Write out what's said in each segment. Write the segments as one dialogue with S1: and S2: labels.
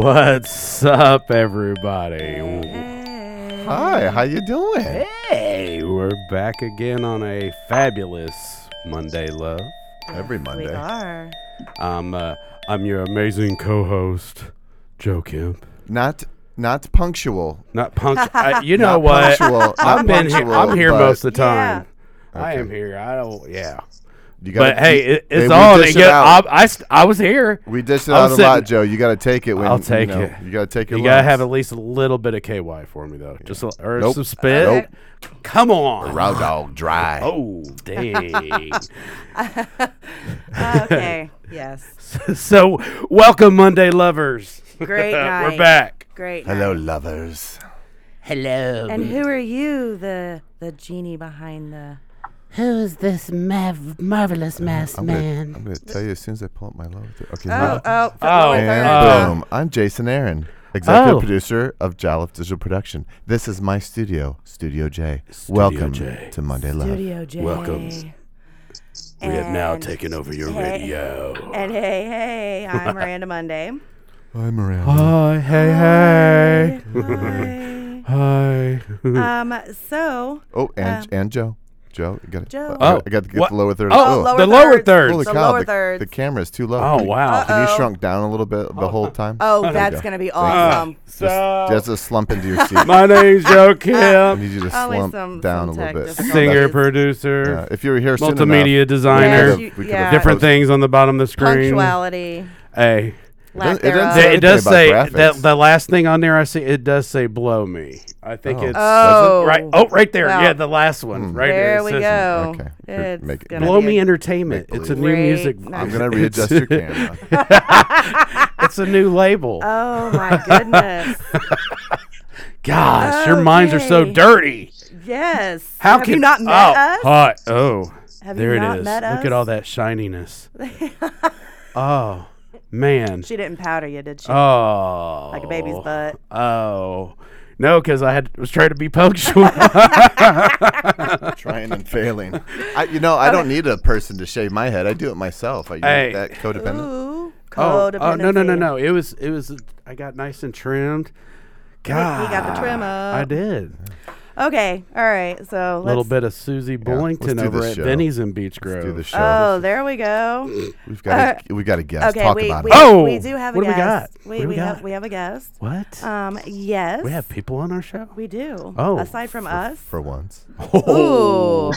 S1: What's up, everybody?
S2: Hi, how you doing?
S1: Hey, we're back again on a fabulous Monday, love.
S2: Every
S3: We
S2: Monday.
S3: are.
S1: I'm uh, I'm your amazing co-host, Joe Kemp.
S2: Not not punctual.
S1: Not punct. I, you know
S2: Not
S1: what?
S2: punctual, not
S1: I've been here.
S2: punctual,
S1: I'm here
S2: but-
S1: most of the
S3: Yeah.
S1: time. I am here. I don't. Yeah.
S2: You gotta,
S1: But hey, it,
S2: hey,
S1: it's
S2: we
S1: all.
S2: dish
S1: It
S2: it
S1: I,
S2: out.
S1: I st- I was here.
S2: we dish it
S1: I'm
S2: out a
S1: sitting-
S2: lot, Joe. You got to take it when
S1: I'll take
S2: you know,
S1: it.
S2: You got to take your.
S1: You gotta
S2: lumps.
S1: have at least a little bit of KY for me though. Just a, or
S2: Nope.
S1: some spit.
S2: Nope.
S1: Come on.
S2: raw dog dry.
S1: Oh dang.
S3: Uh, Okay. yes.
S1: so welcome Monday lovers.
S3: Great night.
S1: We're back.
S3: Great.
S2: Hello,
S3: night.
S2: lovers.
S1: Hello.
S3: And who are you, the the genie behind the?
S1: who's this mav- marvelous masked
S2: I'm gonna, I'm gonna tell you as soon as I pull up my logo. Okay.
S3: Oh,
S2: now-
S3: oh,
S1: Oh,
S2: and
S1: uh,
S2: boom! I'm Jason Aaron, executive
S1: Oh.
S2: producer of Jolliffe Digital Production. This is my studio, Studio J.
S1: Studio
S2: Welcome
S1: J.
S2: to Monday Love.
S3: Studio J.
S1: Welcome. We
S3: And,
S1: have now taken over your
S3: Hey.
S1: radio.
S3: And hey, hey, I'm Miranda Monday.
S2: Hi, Miranda.
S1: Hi, hey,
S3: Hi.
S1: Hi.
S3: um. So.
S2: Oh, and and Joe, Joe, you got
S3: Um, Joe.
S1: Oh,
S2: I got to get
S1: what-
S2: the lower third.
S1: Oh,
S3: lower
S1: the lower
S3: thirds.
S1: thirds.
S2: Holy
S3: The
S2: cow!
S3: lower
S2: the,
S3: thirds.
S2: the camera's too low.
S1: Oh
S2: Can you-
S1: wow.
S3: Uh-oh.
S2: Can you shrunk down a little bit the whole time?
S3: Oh,
S2: There you
S3: that's
S2: go.
S3: gonna
S1: Ah.
S3: be
S2: you.
S3: awesome.
S1: So
S2: Just a slump into your seat. I
S1: my name's Joe
S2: need
S1: Kemp,
S2: you to
S3: Always
S2: slump
S3: some-
S2: down
S3: some
S2: a little bit.
S3: tactical
S1: singer,
S3: That's-
S1: producer,
S2: Yeah, if you were here soon
S1: multimedia
S2: enough,
S1: designer.
S3: Yes, you-
S2: we could've
S3: yeah.
S1: different things on the bottom of the screen.
S3: Punctuality.
S1: Hey,
S3: Lack
S2: doesn't- it doesn't
S3: thereof.
S2: say
S1: it does say
S2: anything about
S1: that
S2: graphics.
S1: the last thing on there I see it does say blow me. I think
S2: Oh. hmm.
S1: it's
S3: Oh.
S1: right. Oh, right there.
S3: Well,
S1: yeah, the last one. Right
S3: There
S1: It
S3: we
S1: says,
S3: go.
S2: Okay.
S3: It's
S2: Make it-
S3: gonna
S1: Blow
S3: be
S1: me
S3: a-
S1: entertainment. It's a new
S3: Great
S1: music.
S3: night.
S2: I'm gonna readjust your camera.
S1: It's a new label.
S3: Oh my goodness.
S1: Gosh, your minds are so
S3: Okay.
S1: dirty.
S3: Yes.
S1: How
S3: Have
S1: can
S3: you not met
S1: oh,
S3: us?
S1: hi- oh,
S3: Have you
S1: there
S3: not
S1: it is.
S3: met
S1: Look at all
S3: us?
S1: that shininess. oh man.
S3: She didn't powder you, did she?
S1: Oh,
S3: like a baby's butt.
S1: Oh. No, because I had was trying to be punctual.
S2: Trying and failing. I, you know, I don't need a person to shave my head. I do it myself. Are you
S1: Hey.
S2: that codependent?
S1: Oh,
S3: Ooh, codependency.
S1: oh, no no no no! It was it was. I got nice and trimmed. God,
S3: got the trim up.
S1: I did.
S3: Okay, all right.
S1: A
S3: So let's.
S1: little bit of Susie Bullington
S2: do
S1: over
S2: this
S1: at
S2: show.
S1: Benny's in Beach Grove.
S2: Do the show.
S3: Oh, there we go.
S2: we've got to we got to guess.
S3: okay,
S2: Talk
S3: we,
S2: about
S3: we,
S2: it.
S1: Oh!
S3: we do have a
S1: What do we
S3: guest.
S1: got? What do we got?
S3: have we have a guest.
S1: What?
S3: Um, yes.
S1: we have people on our show.
S3: We do.
S1: Oh,
S3: Aside from us.
S2: for once.
S3: Ooh.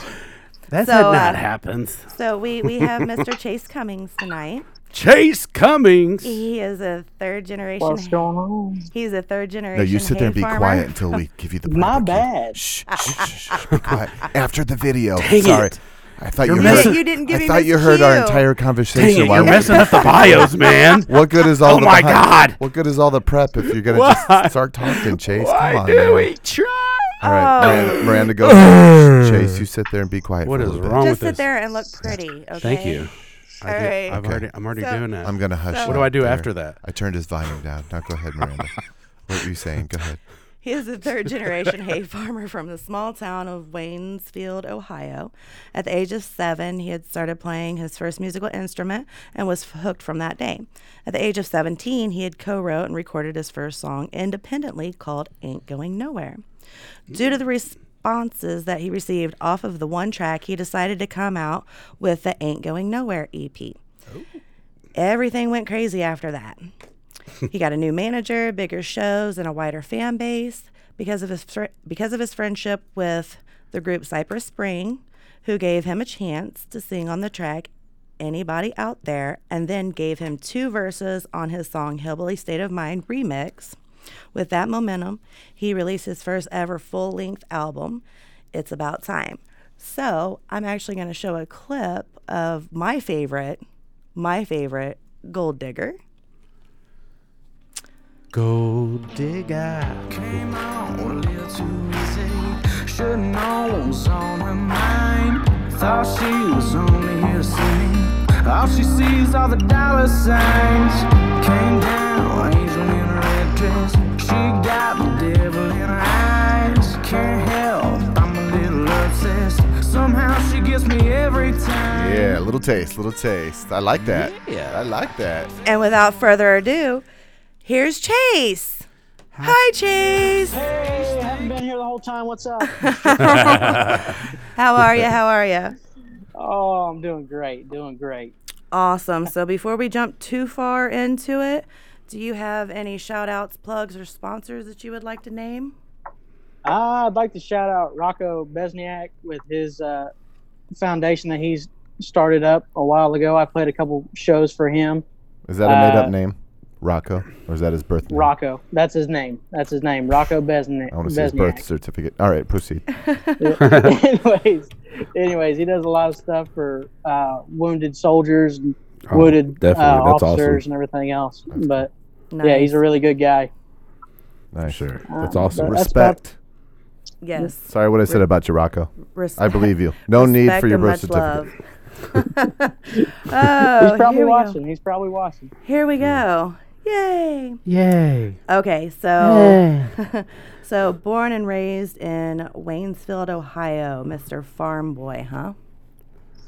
S1: That
S3: So, uh,
S1: not happens.
S3: So we we have Mr. Chase Cummings tonight.
S1: Chase Cummings.
S3: He is a third generation.
S4: What's going on?
S3: He's a third generation.
S2: No, you sit there and
S3: hay
S2: be
S3: farmer.
S2: quiet until we give you the.
S4: My
S2: barbecue.
S4: bad.
S2: Shh, shh, shh, shh, be quiet. After the video.
S1: Dang
S2: Sorry.
S1: it.
S2: I thought
S1: You're
S2: you
S1: messing-
S2: heard.
S3: You didn't give
S2: I
S3: me
S2: thought
S3: Miss
S2: you heard our
S3: Q.
S2: entire
S1: Dang it,
S2: conversation.
S1: you're
S2: while-
S1: messing up the bios, man.
S2: What good is all?
S1: Oh
S2: the
S1: my
S2: behind-
S1: God.
S2: What good is all the prep if you're gonna
S1: Why?
S2: just start talking, Chase?
S1: Why
S2: Come on,
S1: do
S2: man.
S1: we try?
S2: All right,
S3: Oh.
S2: Miranda, Miranda goes. Chase, you sit there and be quiet.
S1: What
S2: for a
S1: is
S2: little bit.
S1: wrong
S3: Just
S1: with
S3: sit
S1: this?
S3: there and look pretty. Okay.
S1: Thank you. I
S3: All
S1: did-
S3: right.
S1: I've
S2: Okay.
S1: already, I'm already
S3: So-
S1: doing that.
S2: I'm gonna hush.
S3: So-
S2: you
S3: What do
S2: up
S1: I do
S2: there.
S1: after that?
S2: I turned his volume down. Now go ahead, Miranda. what were you saying? Go ahead.
S3: He is a third generation hay farmer from the small town of Waynesfield, Ohio. At the age of seven, he had started playing his first musical instrument and was hooked from that day. At the age of 17, he had co wrote and recorded his first song independently called Ain't Going Nowhere. Due to the responses that he received off of the one track, he decided to come out with the Ain't Going Nowhere EP.
S1: Oh.
S3: Everything went crazy after that. He got a new manager, bigger shows, and a wider fan base because of his fr- because of his friendship with the group Cypress Spring, who gave him a chance to sing on the track "Anybody Out There," and then gave him two verses on his song "Hillbilly State of Mind" remix. With that momentum, he released his first ever full length album, "It's About Time." So I'm actually going to show a clip of my favorite, my favorite Gold Digger.
S1: Gold digger.
S5: came out a little too easy. Should've known what was on her mind. Thought she was only here to see me. All she sees are the dollar signs. Came down, angel in a red dress. She got the devil in her eyes. Can't help, I'm a little obsessed. Somehow she gets me every time.
S2: Yeah, little taste, little taste. I like that. Yeah, I like that.
S3: And without further ado, Here's Chase. Hi, Chase.
S6: Hey, haven't been here the whole time. What's up?
S3: How are you? How are you?
S6: oh, I'm doing great. Doing great.
S3: Awesome. So before we jump too far into it, do you have any shout outs, plugs, or sponsors that you would like to name?
S6: Ah, I'd like to shout out Rocco Besniak with his uh, foundation that he's started up a while ago. I played a couple shows for him.
S2: Is that a made up
S6: Uh,
S2: name? Rocco? Or is that his birth name?
S6: Rocco, that's his name. That's his name. Rocco Besniak.
S2: I want to see his birth certificate. All right, proceed.
S6: anyways, anyways, he does a lot of stuff for uh, wounded soldiers, and
S1: Oh,
S6: wounded uh,
S1: definitely. That's awesome.
S6: officers, and everything else. But
S3: Nice.
S6: yeah, he's a really good guy.
S2: Nice.
S1: Sure. That's
S6: Um,
S1: awesome.
S6: but- That's
S2: Respect.
S3: yes.
S2: Sorry what I said about you, Rocco.
S3: Respect,
S2: I believe you. No need for your birth
S3: respect
S2: certificate.
S3: and much Love. oh,
S6: He's probably
S3: here we
S6: watching. He's probably watching.
S3: Go. Here we go. Yay.
S4: Yay.
S3: Okay, so so born and raised in Waynesfield, Ohio, Mr. Farm Boy, huh?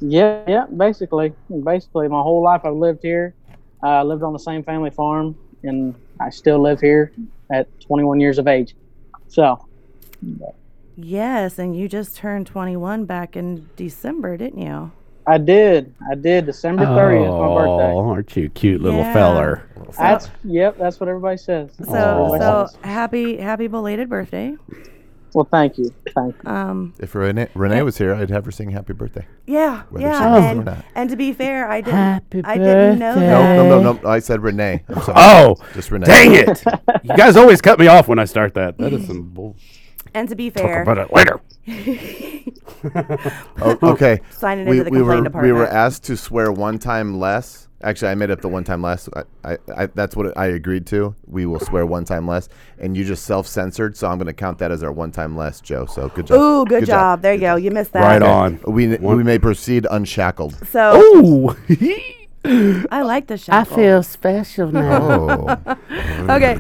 S6: Yeah, yeah, basically. Basically, my whole life I've lived here. Uh, I lived on the same family farm, and I still live here at 21 years of age. So,
S3: Yes, and you just turned 21 back in December, didn't you?
S6: I did. I did. December 30th, is my birthday.
S1: Oh, aren't you cute little
S3: Yeah.
S1: feller?
S6: That's, yep, that's what everybody says.
S3: So,
S1: Aw.
S3: so happy happy belated birthday.
S6: Well, thank you. Thank you.
S3: Um,
S2: If Renee, Renee was here, I'd have her sing happy birthday.
S3: yeah,
S2: Whether she
S3: yeah,
S2: knows it or
S3: and,
S2: not.
S3: and to be fair, I didn't
S4: Happy
S3: I didn't know
S4: birthday.
S3: that.
S2: No, no, no, no. I said Renee. I'm sorry.
S1: Oh,
S2: Just Renee.
S1: dang it! You guys always cut me off when I start that. That is some bull.
S3: And to be
S1: Talk
S3: fair,
S1: about it later.
S2: Oh, okay.
S3: Signing
S2: we,
S3: into the
S2: we were
S3: complaint
S2: we were
S3: department.
S2: asked to swear one time less. Actually, I made up the one time less. I, I, I that's what I agreed to. We will swear one time less, and you just self censored. So I'm going to count that as our one time less, Joe. So good job.
S3: ooh, good, job. There you go. You missed that.
S1: Right on.
S2: We we may proceed unshackled.
S3: So
S1: Ooh.
S3: I like the
S4: I
S3: shackle.
S4: feel special now.
S2: Oh,
S3: okay.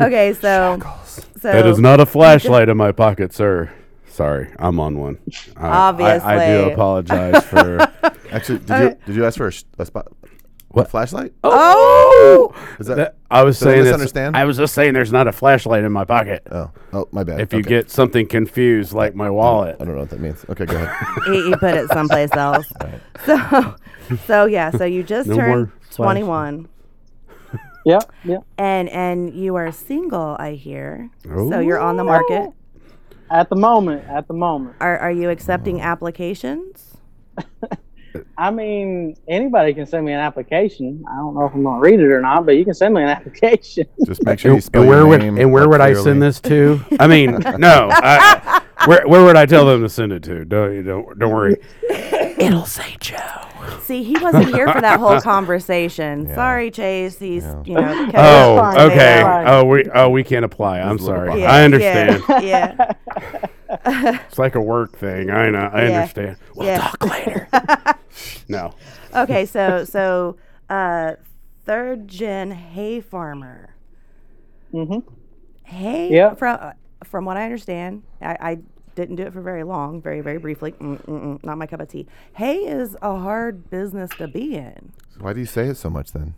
S3: okay, so so
S1: that is not a flashlight in my pocket, sir. Sorry, I'm on one. I- I, I do
S3: Obviously.
S1: apologize for.
S2: actually, did you did you ask for a, sh- a spot?
S1: What?
S2: flashlight?
S1: oh,
S2: Is that-
S1: I was
S2: did I
S1: saying. it's-
S2: misunderstand?
S1: I was just saying there's not a flashlight in my pocket.
S2: Oh, oh, my bad.
S1: If you
S2: Okay.
S1: get something confused, like my wallet.
S2: I don't know what that means. Okay, go ahead.
S3: he, he E put it someplace else. So so yeah, so you just
S1: No
S3: turned
S1: more flashlight.
S3: 21
S6: Yeah, yeah.
S3: and and you are single, I hear. So you're on the market.
S6: At the moment, at the moment.
S3: Are are you accepting applications?
S6: I mean, anybody can send me an application. I don't know if I'm going to read it or not, but you can send me an application.
S2: Just make sure you
S1: And,
S2: spell
S1: and where
S2: your
S1: would
S2: name
S1: and where would I
S2: clearly.
S1: send this to? I mean, no. I, where where would I tell them to send it to? Don't you don't don't worry. It'll say Joe.
S3: See, he wasn't here for that whole conversation. Sorry, Chase. He's you know. kept
S1: Oh,
S3: us fine,
S1: okay.
S3: you know.
S6: fine.
S1: Oh, we oh we can't apply. I'm sorry.
S3: Yeah,
S1: I understand.
S3: Yeah, yeah.
S1: It's like a work thing. I know. I
S3: Yeah.
S1: understand. We'll
S3: Yeah.
S1: talk later. no.
S3: Okay, so so uh, third gen hay farmer.
S6: hmm
S3: Hay
S6: Yeah.
S3: from from what I understand, I, I didn't do it for very long, very very briefly. Mm, mm, mm, not my cup of tea. Hay is a hard business to be in.
S2: Why do you say it so much then?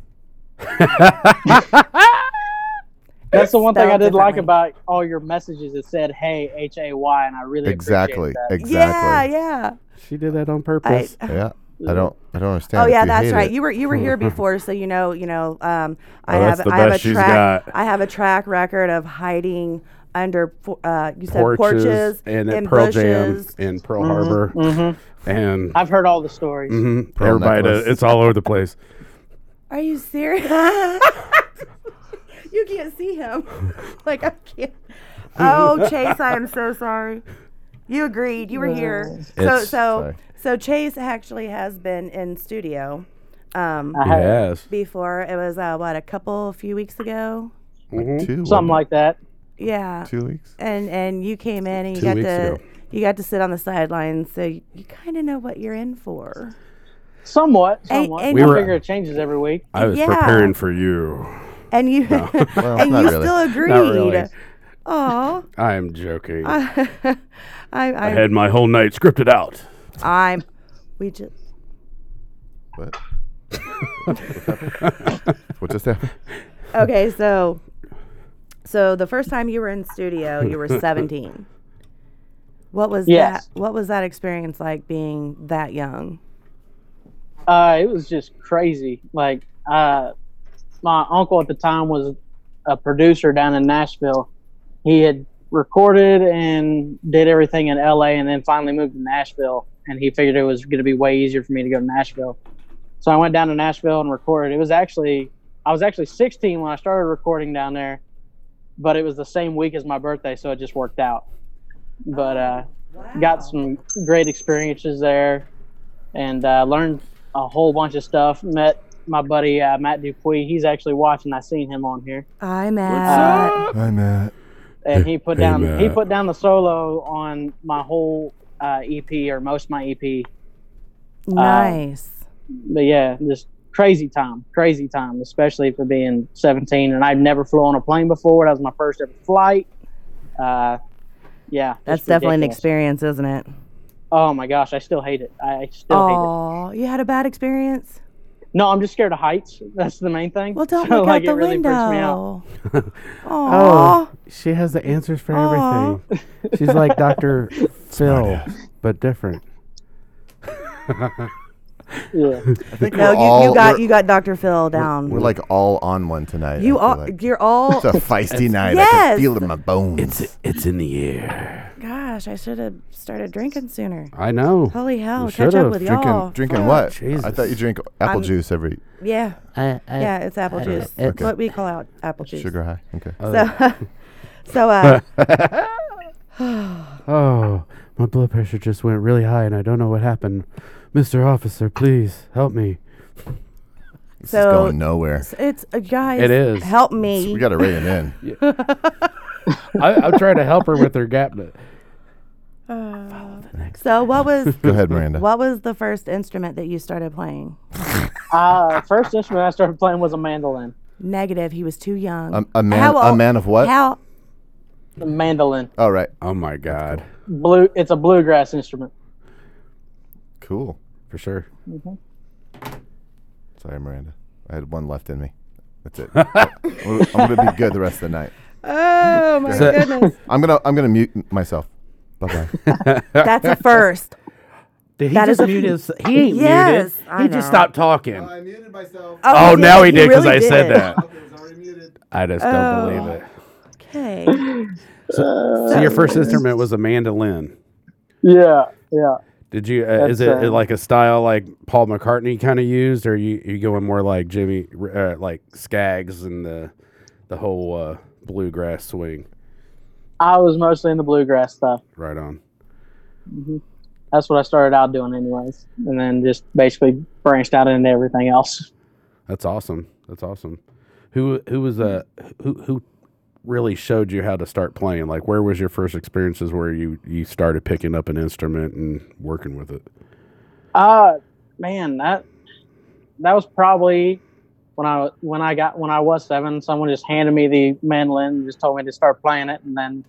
S6: That's the one thing I
S3: spelled
S6: did like
S3: differently.
S6: about all your messages. It said, "Hey, H A Y," and I really
S2: Exactly.
S6: appreciate that.
S2: Exactly.
S3: Yeah,
S1: She did that on
S3: yeah.
S1: purpose.
S3: I,
S2: Yeah. I don't. I don't understand.
S3: Oh
S2: if
S3: yeah,
S2: you
S3: that's
S2: hate
S3: right.
S2: it.
S3: You were you were here before, so you know you know. Um, I
S1: Oh,
S3: have
S1: that's the
S3: I have a
S1: best she's
S3: track
S1: got.
S3: I have a track record of hiding under fo- uh, you said
S1: Porches,
S3: porches
S1: and
S3: in
S1: at Pearl
S3: bushes. Mm-hmm.
S1: Jam and Pearl Harbor and
S6: I've heard all the stories.
S1: mhm,
S2: Pearl
S1: everybody. Does,
S2: necklace.
S1: it's all over the place.
S3: Are you serious? you can't see him. like I can't. Oh Chase, I am so sorry. You agreed. You were here. So so
S2: It's- sorry.
S3: so Chase actually has been in studio. Um,
S6: I had
S1: Yes.
S3: before it was uh, what a couple a few weeks ago.
S1: Mhm.
S2: Two,
S6: something
S2: wasn't
S6: like that.
S3: Yeah.
S2: it? two weeks.
S3: and and you came in and you
S1: Two
S3: got
S1: weeks
S3: to
S1: ago.
S3: you got to sit on the sidelines, so you, you kind of know what you're in for.
S6: Somewhat,
S3: And-
S6: somewhat.
S3: and
S6: I
S1: We were-
S6: figure it changes every week.
S1: I was
S3: Yeah.
S1: preparing for you.
S3: And you and
S2: not
S3: you
S2: really.
S3: still agreed.
S1: really.
S3: Oh,
S1: I am joking.
S3: I,
S1: I
S3: I,
S1: had my whole night scripted out.
S3: I'm. We just.
S2: What? what just happened?
S3: Okay, so so the first time you were in studio, you were 17. What was
S6: Yes.
S3: that? What was that experience like being that young?
S6: Uh, it was just crazy. Like, uh, my uncle at the time was a producer down in Nashville. He had recorded and did everything in LA and then finally moved to Nashville. And he figured it was going to be way easier for me to go to Nashville. So I went down to Nashville and recorded. It was actually, I was actually 16 when I started recording down there, but it was the same week as my birthday. So it just worked out. But, uh, got some great experiences there and uh, learned a whole bunch of stuff. Met my buddy uh, Matt Dupuis. He's actually watching. I seen him on here,
S3: I'm at
S2: Hi, Matt.
S6: and he put
S1: Hey,
S6: down he
S1: Matt.
S6: put down the solo on my whole uh, EP or most of my EP.
S3: nice.
S6: Um, But yeah, just crazy time, crazy time, especially for being 17. And I've never flew on a plane before. That was my first ever flight. Uh, yeah,
S3: That's
S6: it's
S3: definitely an
S6: ridiculous.
S3: experience, isn't it?
S6: Oh my gosh, I still hate it. I I still hate it.
S3: Oh, you had a bad experience.
S6: No, I'm just scared of heights. That's the main thing.
S3: Well, don't
S6: So,
S3: look
S6: like,
S3: out the
S6: it really freaks me out.
S3: window.
S4: Oh,
S3: Oh,
S4: she has the answers for
S3: Aw.
S4: everything. She's like Dr. Phil, but different.
S6: Yeah.
S2: I think
S3: no,
S2: we're
S3: you, you
S2: all-
S3: got
S2: we're-
S3: you got Dr. Phil down.
S2: We're like all on one tonight. I feel
S3: you all,
S2: like.
S3: you're all.
S2: It's a feisty night. I
S3: Yes.
S2: can feel it in my bones.
S1: It's it's in the air.
S3: gosh, I should have started drinking sooner.
S1: I know.
S3: Holy hell,
S1: You
S3: catch
S1: should've.
S3: up with y'all.
S2: drinking drinking what? I thought
S1: Jesus.
S2: you drink apple
S3: I'm-
S2: juice every
S3: Yeah,
S4: I, I,
S3: yeah, it's apple juice. It's
S4: it's-
S3: what we call out apple juice.
S2: sugar high. Okay.
S1: Uh,
S3: So, so uh,
S4: Oh, my blood pressure just went really high and I don't know what happened. Mr. Officer, please help me.
S2: this
S3: so-
S2: is going nowhere.
S3: it's uh, guys.
S1: It is.
S3: Help me.
S2: We got to rein it in.
S1: I, I'm trying to help her with her gap. but-
S3: so what was
S2: Go ahead, Miranda.
S3: what was the first instrument that you started playing?
S6: Uh, first instrument I started playing was a mandolin.
S3: Negative. He was too young.
S2: Um, a man-
S3: How
S2: a
S3: old-
S2: man of what?
S3: How?
S6: The mandolin,
S2: All right.
S1: Oh my god,
S6: blue. It's a bluegrass instrument.
S2: Cool.
S1: for sure.
S3: Mm-hmm.
S2: Sorry, Miranda. I had one left in me. That's it. I'm gonna be good the rest of the night.
S3: Oh my
S1: So-
S3: goodness.
S2: I'm gonna I'm gonna mute myself. Bye bye.
S3: That's a first.
S1: Did he
S3: That
S1: just
S3: is a-
S1: mute his? He ain't
S3: Yes,
S1: muted.
S3: I
S1: he
S3: know.
S1: just stopped talking.
S2: I muted myself.
S1: Oh,
S3: did.
S1: now he did because
S3: really
S1: I said
S3: did.
S1: that. I just don't believe it.
S3: Okay.
S1: So your
S3: Oh.
S1: first instrument was a mandolin.
S6: Yeah, yeah.
S1: Did you? Uh, is it
S6: That's, uh,
S1: like a style like Paul McCartney kind of used, or you you going more like Jimmy, uh, like Skaggs and the the whole uh, bluegrass swing?
S6: I was mostly into bluegrass stuff.
S1: Right on.
S6: That's what I started out doing, anyways, and then just basically branched out into everything else.
S1: That's awesome. That's awesome. Who who was uh who who really showed you how to start playing? Like where was your first experiences where you you started picking up an instrument and working with it?
S6: Uh, man, that that was probably when I when I got when I was seven. Someone just handed me the mandolin, and just told me to start playing it, and then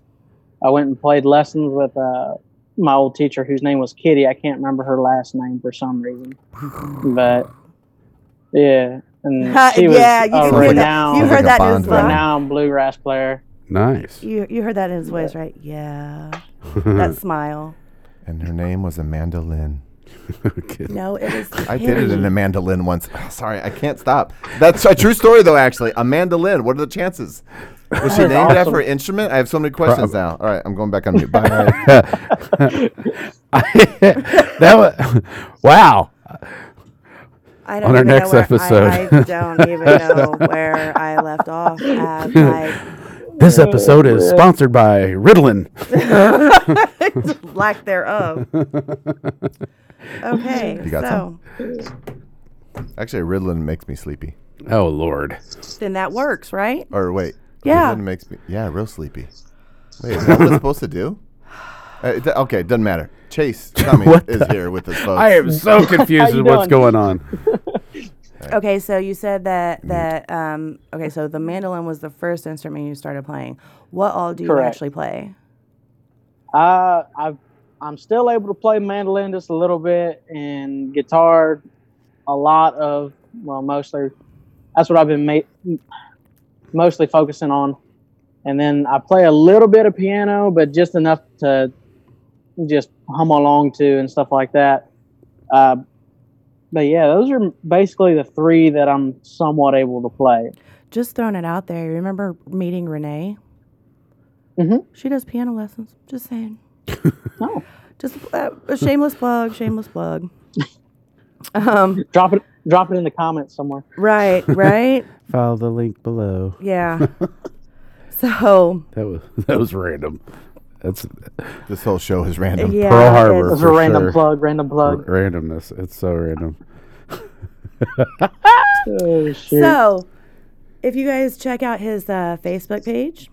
S6: I went and played lessons with uh, my old teacher, whose name was Kitty. I can't remember her last name for some reason, but yeah, and she was
S3: yeah, you
S6: a
S3: can hear that.
S6: renowned,
S3: You heard
S2: Like a
S3: that in his
S2: bond right
S3: voice.
S2: now.
S6: renowned bluegrass player.
S1: Nice.
S3: You you heard that in his voice, right? Yeah. That smile.
S2: And her name was Amanda Lynn.
S1: Okay.
S3: No, it was.
S2: I did it in a mandolin once. sorry, I can't stop. That's a true story, though. Actually, a mandolin. What are the chances? Was she
S6: is
S2: named after
S6: awesome.
S2: an instrument? I have so many questions now. All right, I'm going back on mute. Bye.
S1: that was wow.
S3: I don't
S1: on our
S3: even know
S1: next
S3: where- I, I
S1: episode.
S3: don't even know where I left off. At, like,
S1: This
S6: Oh,
S1: episode is sponsored by Ritalin.
S3: lack thereof. Okay.
S2: You got
S3: so
S2: some? Actually, Ritalin makes me sleepy.
S1: Oh Lord.
S3: then that works, right?
S2: Or wait,
S3: Yeah.
S2: Ritalin makes me yeah real sleepy. Wait, is that what it's supposed to do? Uh, it do- okay, doesn't matter. Chase Cummings
S1: What
S2: is here with us, folks.
S1: I am so confused
S6: you
S1: with what's
S6: doing?
S1: going on.
S3: Okay. So you said
S2: Mm-hmm.
S3: that that um. Okay. So the mandolin was the first instrument you started playing. What all do you
S6: Correct.
S3: actually play?
S6: Uh, I've, I'm still able to play mandolin just a little bit and guitar, a lot of well, mostly. That's what I've been ma- mostly focusing on. And then I play a little bit of piano, but just enough to just hum along to and stuff like that. Uh, but yeah, those are basically the three that I'm somewhat able to play.
S3: Just throwing it out there. You remember meeting Renee?
S6: Mhm.
S3: She does piano lessons. Just saying.
S6: Oh.
S3: Just uh, a shameless plug. Shameless plug. Um.
S6: Drop it, drop it in the comments somewhere.
S3: Right. Right.
S7: Follow the link below.
S3: Yeah. So
S1: That was that was random. That's
S2: This whole show is random.
S3: yeah.
S1: Pearl Harbor.
S3: it's-
S6: That's a
S1: For
S6: random
S1: sure.
S6: plug. Random plug.
S1: randomness. It's so random.
S6: Oh, shoot.
S3: So, if you guys check out his uh, Facebook page,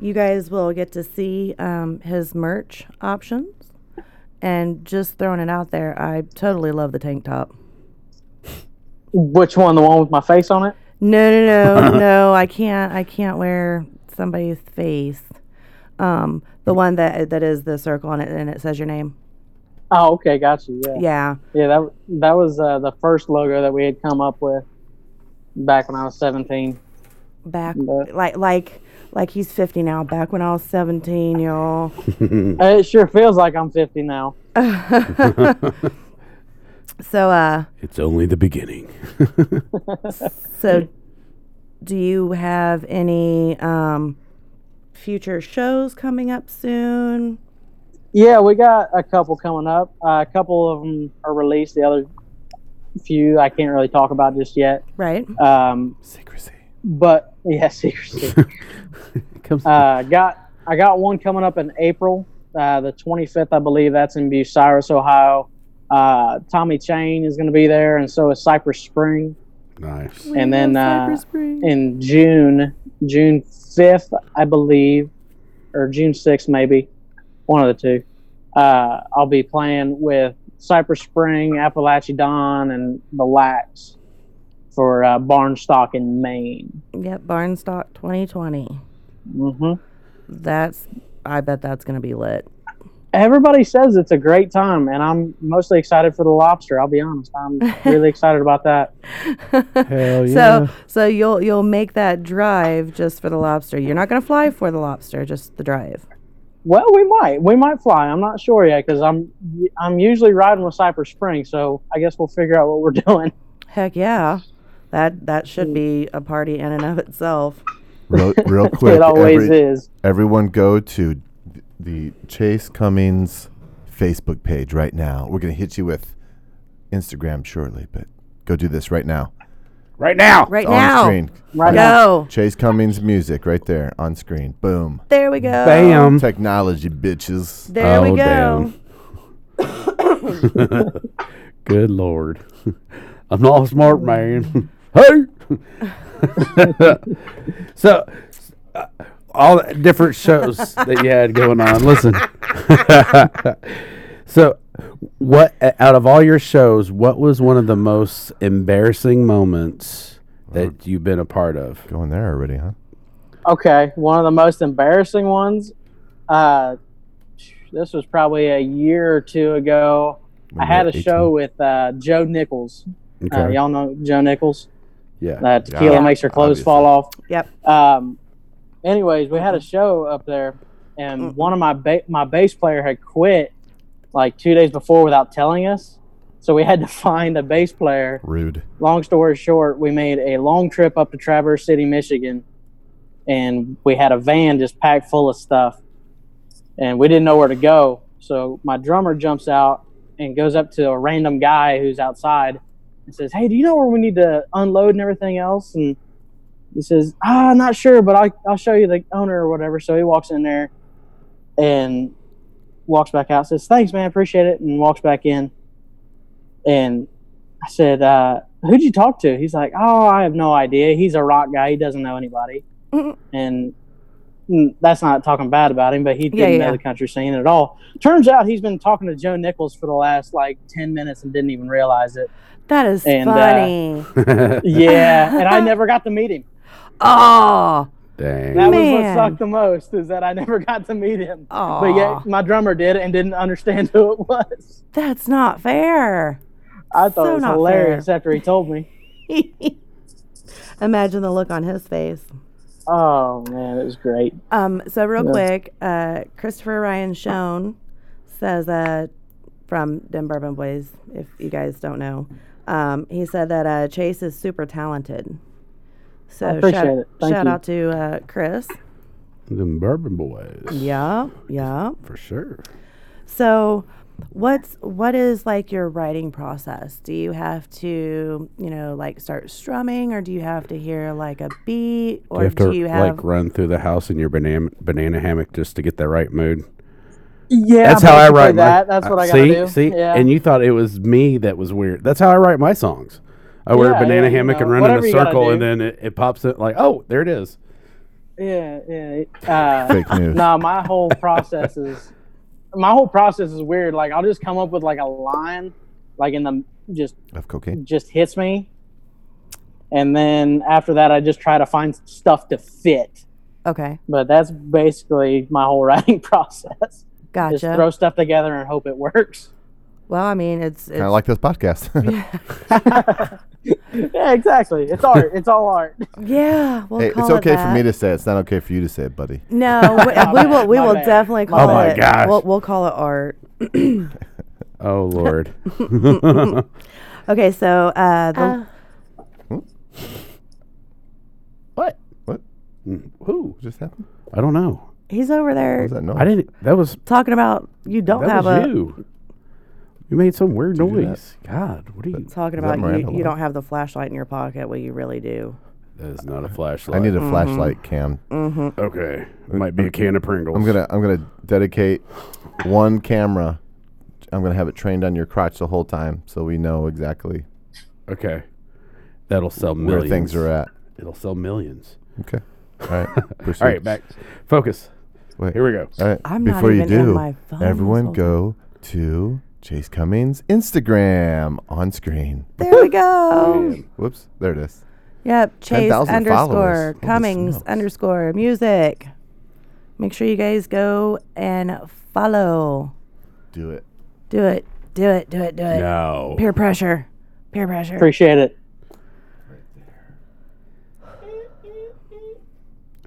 S3: you guys will get to see um, his merch options. And just throwing it out there, I totally love the tank top.
S6: Which one? The one with my face on it?
S3: No, no, no, no. I can't. I can't wear somebody's face. Um, the one that that is the circle on it, and it says your name.
S6: Oh, okay, got you. Yeah, yeah.
S3: Yeah.
S6: that that was uh, the first logo that we had come up with back when I was seventeen.
S3: Back
S6: Yeah.
S3: like like like he's fifty now. Back when I was seventeen, y'all.
S6: Uh, It sure feels like I'm fifty now.
S3: So uh,
S1: It's only the beginning.
S3: So, do you have any um, future shows coming up soon?
S6: Yeah, we got a couple coming up. Uh, a couple of them are released. The other few I can't really talk about just yet.
S3: Right.
S6: Um,
S2: Secrecy.
S6: but yeah, secrecy.
S7: Comes
S6: uh, got I got one coming up in April, uh, the 25th, I believe. That's in Bucyrus, Ohio. Uh, Tommy Chain is going to be there, and so is Cypress Spring.
S1: Nice.
S6: and then uh,
S3: Spring.
S6: in June, June 5th, I believe, or June 6th, maybe, one of the two. Uh, I'll be playing with Cypress Spring, Appalachia Dawn, and the Lax for uh, Barnstock in Maine.
S3: Yep. Barnstock 2020.
S6: hmm
S3: That's. I bet that's gonna be lit.
S6: Everybody says it's a great time, and I'm mostly excited for the lobster. I'll be honest, I'm really excited about that.
S7: Hell yeah.
S3: So so you'll you'll make that drive just for the lobster. You're not gonna fly for the lobster, just the drive.
S6: Well, we might, we might fly. I'm not sure yet because I'm, I'm usually riding with Cypress Spring, so I guess we'll figure out what we're doing.
S3: Heck yeah. That that should be a party in and of itself.
S2: Real, real quick.
S6: it always
S2: every-
S6: is.
S2: Everyone go to the Chase Cummings Facebook page right now. We're going to hit you with Instagram shortly, but go do this right now.
S1: Right now.
S3: Right
S2: on
S3: now.
S2: screen.
S6: Right now,
S3: Go.
S2: Chase Cummings music right there on screen. Boom.
S3: There we go.
S7: Bam.
S2: Technology, bitches.
S3: There we
S1: Oh,
S3: go.
S1: damn. Good lord. I'm not a smart man. hey. so uh, all the different shows that you had going on. Listen. so what out of all your shows, what was one of the most embarrassing moments
S3: Uh-huh.
S1: that you've been a part of?
S2: Going there already, huh?
S6: Okay, one of the most embarrassing ones. Uh, this was probably a year or two ago. I
S2: When
S6: had
S2: you're
S6: a
S2: 18.
S6: show with uh, Joe Nichols. Uh, y'all know Joe Nichols.
S1: Yeah.
S6: Uh, tequila
S2: Yeah.
S6: makes your clothes
S2: Obviously.
S6: fall off.
S3: Yep.
S6: Um, anyways, we had a show up there, and one of my ba- my bass player had quit like two days before without telling us. So we had to find a bass player.
S2: Rude.
S6: Long story short, we made a long trip up to Traverse City, Michigan, and we had a van just packed full of stuff, and we didn't know where to go. So my drummer jumps out and goes up to a random guy who's outside and says, "Hey, do you know where we need to unload and everything else?" And he says, "Ah, not sure, but I, I'll show you the owner or whatever." So he walks in there and walks back out. Says, "Thanks, man, appreciate it," and walks back in. And I said, uh, "Who'd you talk to?" He's like, "Oh, I have no idea. He's a rock guy. He doesn't know anybody."
S3: Mhm.
S6: And mm, that's not talking bad about him, but he didn't
S3: Yeah, yeah,
S6: know
S3: yeah.
S6: the country scene at all. Turns out he's been talking to Joe Nichols for the last like ten minutes and didn't even realize it.
S3: That is
S6: And, uh,
S3: funny.
S6: Yeah, and I never got to meet him.
S3: oh.
S6: That
S1: Dang.
S6: was what
S3: Man.
S6: sucked the most is that I never got to meet him.
S3: Aw.
S6: But yet my drummer did and didn't understand who it was.
S3: That's not fair.
S6: I thought
S3: So
S6: it was
S3: not
S6: hilarious after he told me.
S3: Imagine the look on his face.
S6: Oh man, it was great.
S3: Um, so real quick, uh, Christopher Ryan Schoen says uh, from Dem Bourbon Boys, if you guys don't know, um, he said that uh, Chase is super talented. So shout,
S6: appreciate it. Thank
S3: shout
S6: you.
S3: out to uh, Chris.
S1: Them bourbon boys.
S3: Yeah, yeah.
S1: For sure.
S3: So, what's what is like your writing process? Do you have to, you know, like start strumming, or do you have to hear like a beat,
S1: You
S3: or
S1: have to
S3: do you have?
S1: like run through the house in your banana banana hammock just to get that right mood.
S6: Yeah,
S1: That's how I
S6: basically
S1: write. my- uh,
S6: That. That's what I gotta
S1: see,
S6: do.
S1: See,
S6: yeah.
S1: and you thought it was me that was weird. That's how I write my songs. I wear
S6: Yeah,
S1: a banana
S6: yeah, you
S1: hammock
S6: know,
S1: and run in
S6: whatever
S1: a
S6: you gotta
S1: circle, and
S6: do.
S1: then it, it pops it like, oh, there it is.
S6: yeah, yeah. Uh,
S2: Fake news.
S6: no, my whole process is my whole process is weird. Like I'll just come up with like a line, like in the just
S2: Of cocaine.
S6: just hits me, and then after that, I just try to find stuff to fit.
S3: okay,
S6: But that's basically my whole writing process.
S3: gotcha.
S6: Just throw stuff together and hope it works.
S3: well, I mean, it's it's
S2: Kind of like this podcast.
S6: yeah, exactly. It's art. It's all art.
S3: yeah. We'll
S2: hey,
S3: call
S2: it's okay
S3: it
S2: for me
S3: that.
S2: to say. It's not okay for you to Oh say it, buddy.
S3: No, we, we will. We
S6: My
S3: will
S6: bad.
S3: definitely call
S1: my
S3: it.
S1: gosh.
S3: We'll, we'll call it art.
S1: Oh Lord.
S3: Okay, so uh, the,
S1: what?
S2: What
S1: Who?
S2: just happened?
S1: I don't know.
S3: he's over there
S2: What was that noise?
S1: I didn't. That was
S3: talking about you don't
S1: that
S3: have
S1: was
S3: a
S1: you. You made some weird
S2: you do that?
S1: noise. God, what are you?
S3: talking
S2: that
S3: about
S2: Miranda
S3: you, you
S2: Lambert?
S3: don't have the flashlight in your pocket. Well, you really do.
S1: That is not a flashlight.
S2: I need a
S3: Mm-hmm.
S2: flashlight cam.
S1: Okay, might be a can of Pringles.
S2: I'm gonna I'm gonna dedicate one camera. I'm gonna have it trained on your crotch the whole time, so we know exactly
S1: Okay, that'll sell
S2: where
S1: millions.
S2: things are at.
S1: It'll sell millions.
S2: Okay. All right. Proceed.
S1: All right, back. Focus.
S2: Wait.
S1: Here we go.
S2: All right.
S3: I'm not
S2: Before you
S3: even in
S2: do,
S3: my phone this
S2: everyone
S3: whole
S2: go to Chase Cummings Instagram on screen.
S3: There we go.
S2: Whoops. There it is.
S3: Yep, Chase
S2: 10,000 followers.
S3: underscore
S2: Holy
S3: Cummings
S2: smokes.
S3: underscore music. Make sure you guys go and follow.
S2: Do it.
S3: Do it, do it, do it, do it.
S1: No.
S3: Peer pressure, peer pressure.
S6: Appreciate it.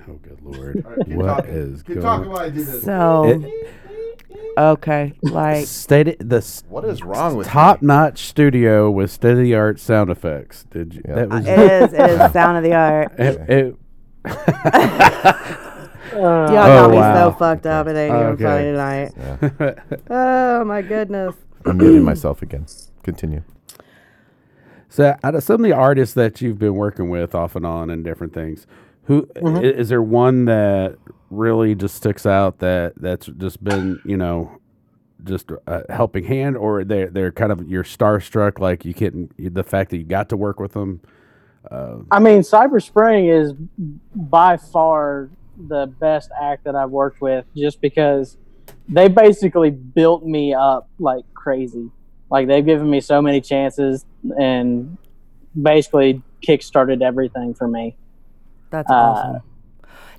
S1: Oh, good lord. What is going on?
S3: So, okay, like
S1: State the s-
S2: What is wrong with
S1: top notch studio with state of the art sound effects. Did you? That was.
S3: it is, it is sound of the art.
S1: it- it-
S3: Y'all got
S1: Oh,
S3: me
S1: wow.
S3: so fucked up. It ain't even
S1: Okay.
S3: funny tonight. oh my goodness.
S2: I'm muting myself again. Continue.
S1: so, out of some of the artists that you've been working with off and on and different things, who i-
S2: Mm-hmm.
S1: is there one that really just sticks out that that's just been you know just a helping hand, or they're they're kind of you're starstruck like you can't the fact that you got to work with them. Uh,
S6: I mean, Cyber Spring is by far the best act that I've worked with just because they basically built me up like crazy. Like, they've given me so many chances and basically kickstarted everything for me.
S3: That's
S6: Uh,
S3: awesome.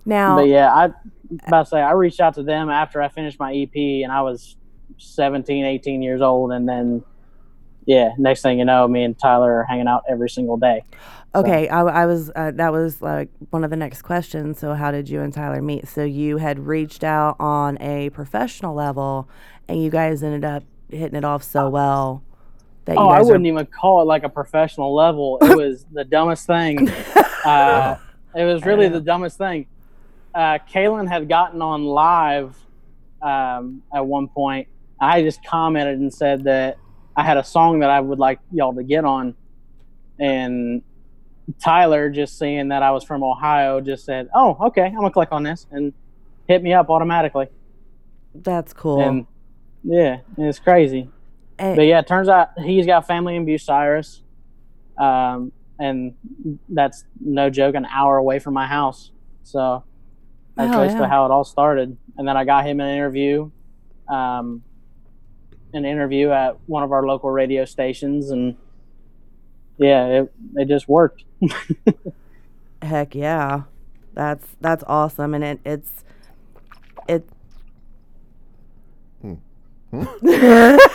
S3: Now,
S6: But yeah, I about to say, I reached out to them after I finished my EP and I was 17, 18 years old. And then, yeah, next thing you know, me and Tyler are hanging out every single day.
S3: Okay, I, I was uh, that was like one of the next questions. So, how did you and Tyler meet? So, you had reached out on a professional level, and you guys ended up hitting it off so well that you
S6: Uh, Oh, I
S3: guys
S6: wouldn't even call it like a professional level. It was the dumbest thing. Uh, It was really the dumbest thing. Uh, Kalen had gotten on live um, at one point. I just commented and said that I had a song that I would like y'all to get on, and Tyler, just seeing that I was from Ohio, just said, "Oh, okay, I'm gonna click on this," and hit me up automatically.
S3: are. That's cool.
S6: And yeah, it's crazy.
S3: Eh,
S6: But yeah, it turns out he's got family in Bucyrus, um, and that's no joke, an hour away from my house. So that's
S3: Hell
S6: basically
S3: yeah.
S6: how it all started. And then I got him an interview, um, an interview at one of our local radio stations, and yeah, it it just worked.
S3: Heck yeah, that's that's awesome, and it it's
S2: Hmm.
S3: it.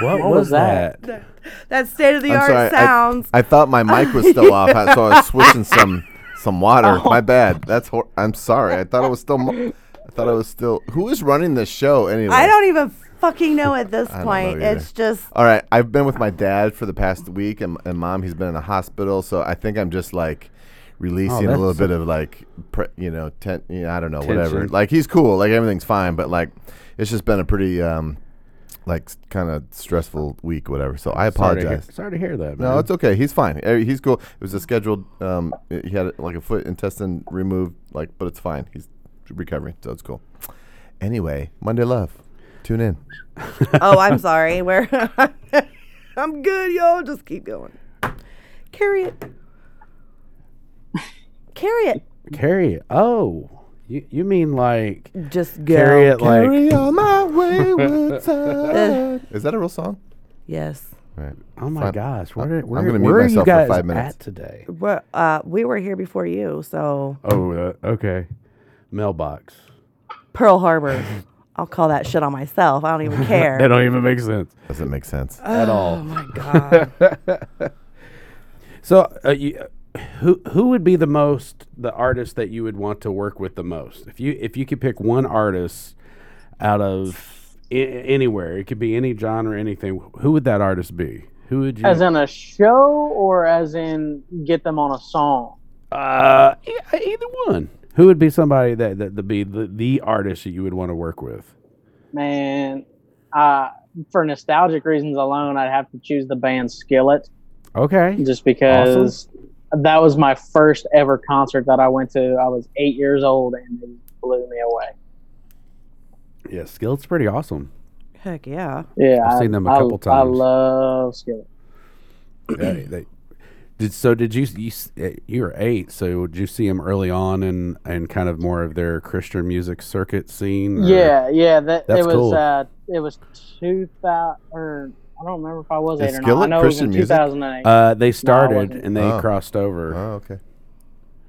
S1: What,
S6: was that?
S3: That's state of the
S2: I'm sorry.
S3: art
S2: I-
S3: sounds.
S2: I, thought my mic was still off, so I was swishing some some water.
S3: Oh.
S2: My bad. That's hor- I'm sorry. I thought it was still. mo- I thought it was still. Who is running this show anyway?
S3: I, don't even fucking know at this
S2: don't
S3: point.
S2: know either.
S3: It's just
S2: All right, I've been with my dad for the past week, and, and mom, he's been in the hospital, so I think I'm just like releasing a
S1: Oh, that's
S2: little bit of like, pre, you know, ten, you know, I don't know, whatever.
S1: Tension.
S2: Like he's cool, like everything's fine, but like it's just been a pretty um, like kind of stressful week, whatever. So I
S1: Sorry to, hear,
S2: apologize.
S1: sorry to hear that. Man.
S2: No, it's okay. He's fine. Eh, He's cool. It was a scheduled. Um, eh, he had like a foot intestine removed, like, but it's fine. He's recovering, so it's cool. Anyway, Monday Love, tune in.
S3: oh, I'm sorry. We're I'm good, y'all. Just keep going. Carry it. Carry it.
S1: carry. it. Oh, you you mean like
S3: Just go.
S1: carry it like?
S2: Carry on my wayward side. Is that a real song?
S3: Yes.
S2: Right.
S1: Oh my
S2: Fine.
S1: gosh,
S2: I'm-
S1: where did,
S2: I'm
S1: where,
S2: gonna mute
S1: where are you
S2: myself for
S1: guys
S2: five minutes.
S1: at today?
S3: Well, uh, we were here before you, so
S1: Oh, uh, okay. Mailbox.
S3: Pearl Harbor. I'll call that shit on myself. I don't even care.
S1: That don't even make sense
S2: Doesn't make sense.
S1: at all.
S3: oh my god.
S1: So, uh, you, who who would be the most the artist that you would want to work with the most? If you if you could pick one artist out of I- anywhere, it could be any genre, anything. Who would that artist be? Who would you?
S6: As in a show or as in get them on a song?
S1: uh, e- either one. Who would be somebody that that, that be the, the artist that you would want to work with?
S6: Man, uh, for nostalgic reasons alone, I'd have to choose the band Skillet
S1: Okay.
S6: just because that was my first ever concert that I went to. I was eight years old and it blew me away.
S1: Yeah, Skillet's pretty awesome.
S3: Heck yeah.
S6: Yeah,
S1: I've
S6: I-
S1: seen them a
S6: I-
S1: couple
S6: I
S1: times.
S6: love Skillet.
S1: Yeah, they- did so? Did you, you s- eh, you were eight? So did you see him early on in and kind of more of their Christian music circuit scene? or-
S6: Yeah, yeah. That
S1: That's
S6: it was.
S1: cool.
S6: Uh, it was two thousand or I don't remember if I was
S2: Is
S6: eight or not. I
S2: Skillet
S6: know
S2: Christian
S6: it was in two
S2: music?
S6: thousand and eight.
S1: Uh, they started
S6: wasn't.
S1: and they
S2: Oh.
S1: crossed over.
S2: Oh, okay.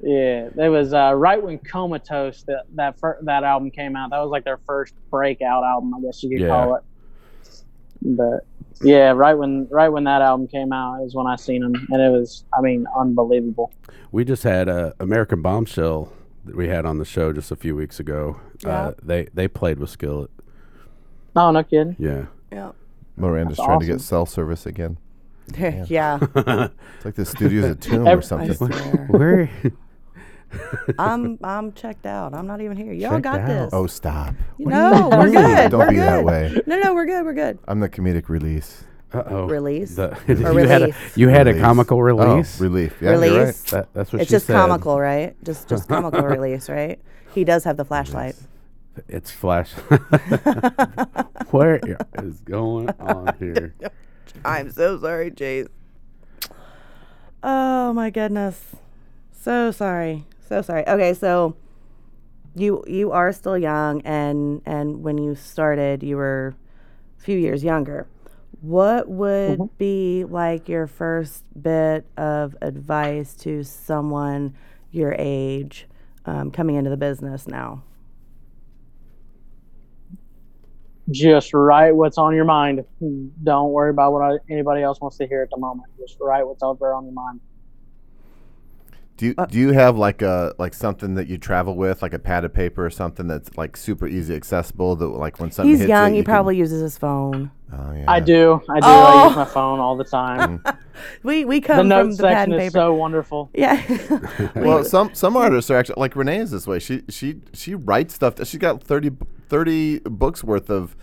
S6: yeah, it was uh, right when Comatose that that fir- that album came out. That was like their first breakout album, I guess you could
S1: Yeah.
S6: call it. But yeah, right when right when that album came out is when I seen them, and it was I mean unbelievable.
S1: We just had uh, American Bombshell that we had on the show just a few weeks ago.
S3: Yeah.
S1: Uh, they they played with Skillet.
S6: No, no kidding.
S1: Yeah.
S3: Yeah.
S2: Miranda's
S6: That's
S2: trying to get
S6: awesome.
S2: cell service again.
S3: Yeah.
S2: It's like the studio's a tomb or
S6: Every-
S3: I
S2: something.
S3: swear.
S1: Where?
S3: I'm I'm checked out. I'm not even here. Y'all
S1: Checked
S3: got
S1: out.
S3: this.
S2: Oh, stop.
S3: no, we're good.
S2: Don't
S3: we're
S2: be
S3: good.
S2: that way.
S3: No, no, we're good. We're good.
S2: I'm the comedic release.
S1: Uh oh.
S3: Release.
S1: you had a,
S3: release.
S1: you had a
S2: Release.
S1: comical
S2: Oh,
S1: release.
S2: relief. Yeah, you're right.
S3: Release.
S1: That- that's what
S3: it's
S1: she
S3: just
S1: said.
S3: comical, right? Just just comical release, right? He does have the flashlight.
S1: It's flash. Where is going on here?
S3: I'm so sorry, Chase. Oh my goodness. So sorry. So sorry. Okay, so you you are still young and and when you started you were a few years younger. What would
S1: Mm-hmm.
S3: be like your first bit of advice to someone your age um, coming into the business now?
S6: just write what's on your mind. Don't worry about what I- anybody else wants to hear at the moment. Just write what's over on your mind.
S2: Do
S3: Uh,
S2: you, do you have like a like something that you travel with, like a pad of paper or something that's like super easy accessible? That like when something
S3: He's
S2: hits
S3: young.
S2: it,
S3: he
S2: you can-
S3: probably uses his phone.
S2: oh, yeah.
S6: I do. I do.
S3: Oh.
S6: I use my phone all the time.
S3: We we
S6: the
S3: come from
S6: notes
S3: the pad
S6: section
S3: and
S6: is
S3: paper.
S6: so wonderful.
S3: yeah.
S2: Well, some some artists are actually like Renee is this way. She she she writes stuff. That, she's got 30, b- 30 books worth of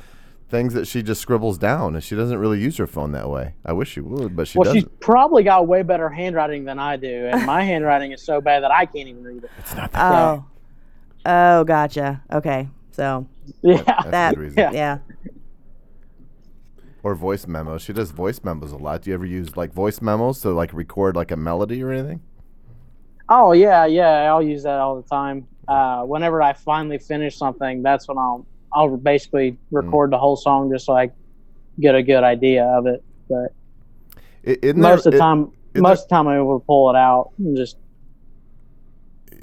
S2: things that she just scribbles down, and she doesn't really use her phone that way. I wish she would, but she
S6: well, she's
S2: doesn't.
S6: probably got way better handwriting than I do, and my handwriting is so bad that I can't even read it.
S3: Oh. Oh, gotcha. Okay. So
S6: Yeah.
S2: That's a
S3: that-
S2: good reason.
S6: yeah.
S3: yeah.
S2: Or voice memos. She does voice memos a lot. Do you ever use like voice memos to like record like a melody or anything?
S6: Oh yeah, yeah. I'll use that all the time. Uh, whenever I finally finish something, that's when I'll I'll
S2: Mm.
S6: basically record the whole song just so I get a good idea of it. But
S2: I- Isn't
S6: most
S2: there,
S6: of
S2: i-
S6: the time,
S2: it-
S6: most of the time, I'm able to pull it out and just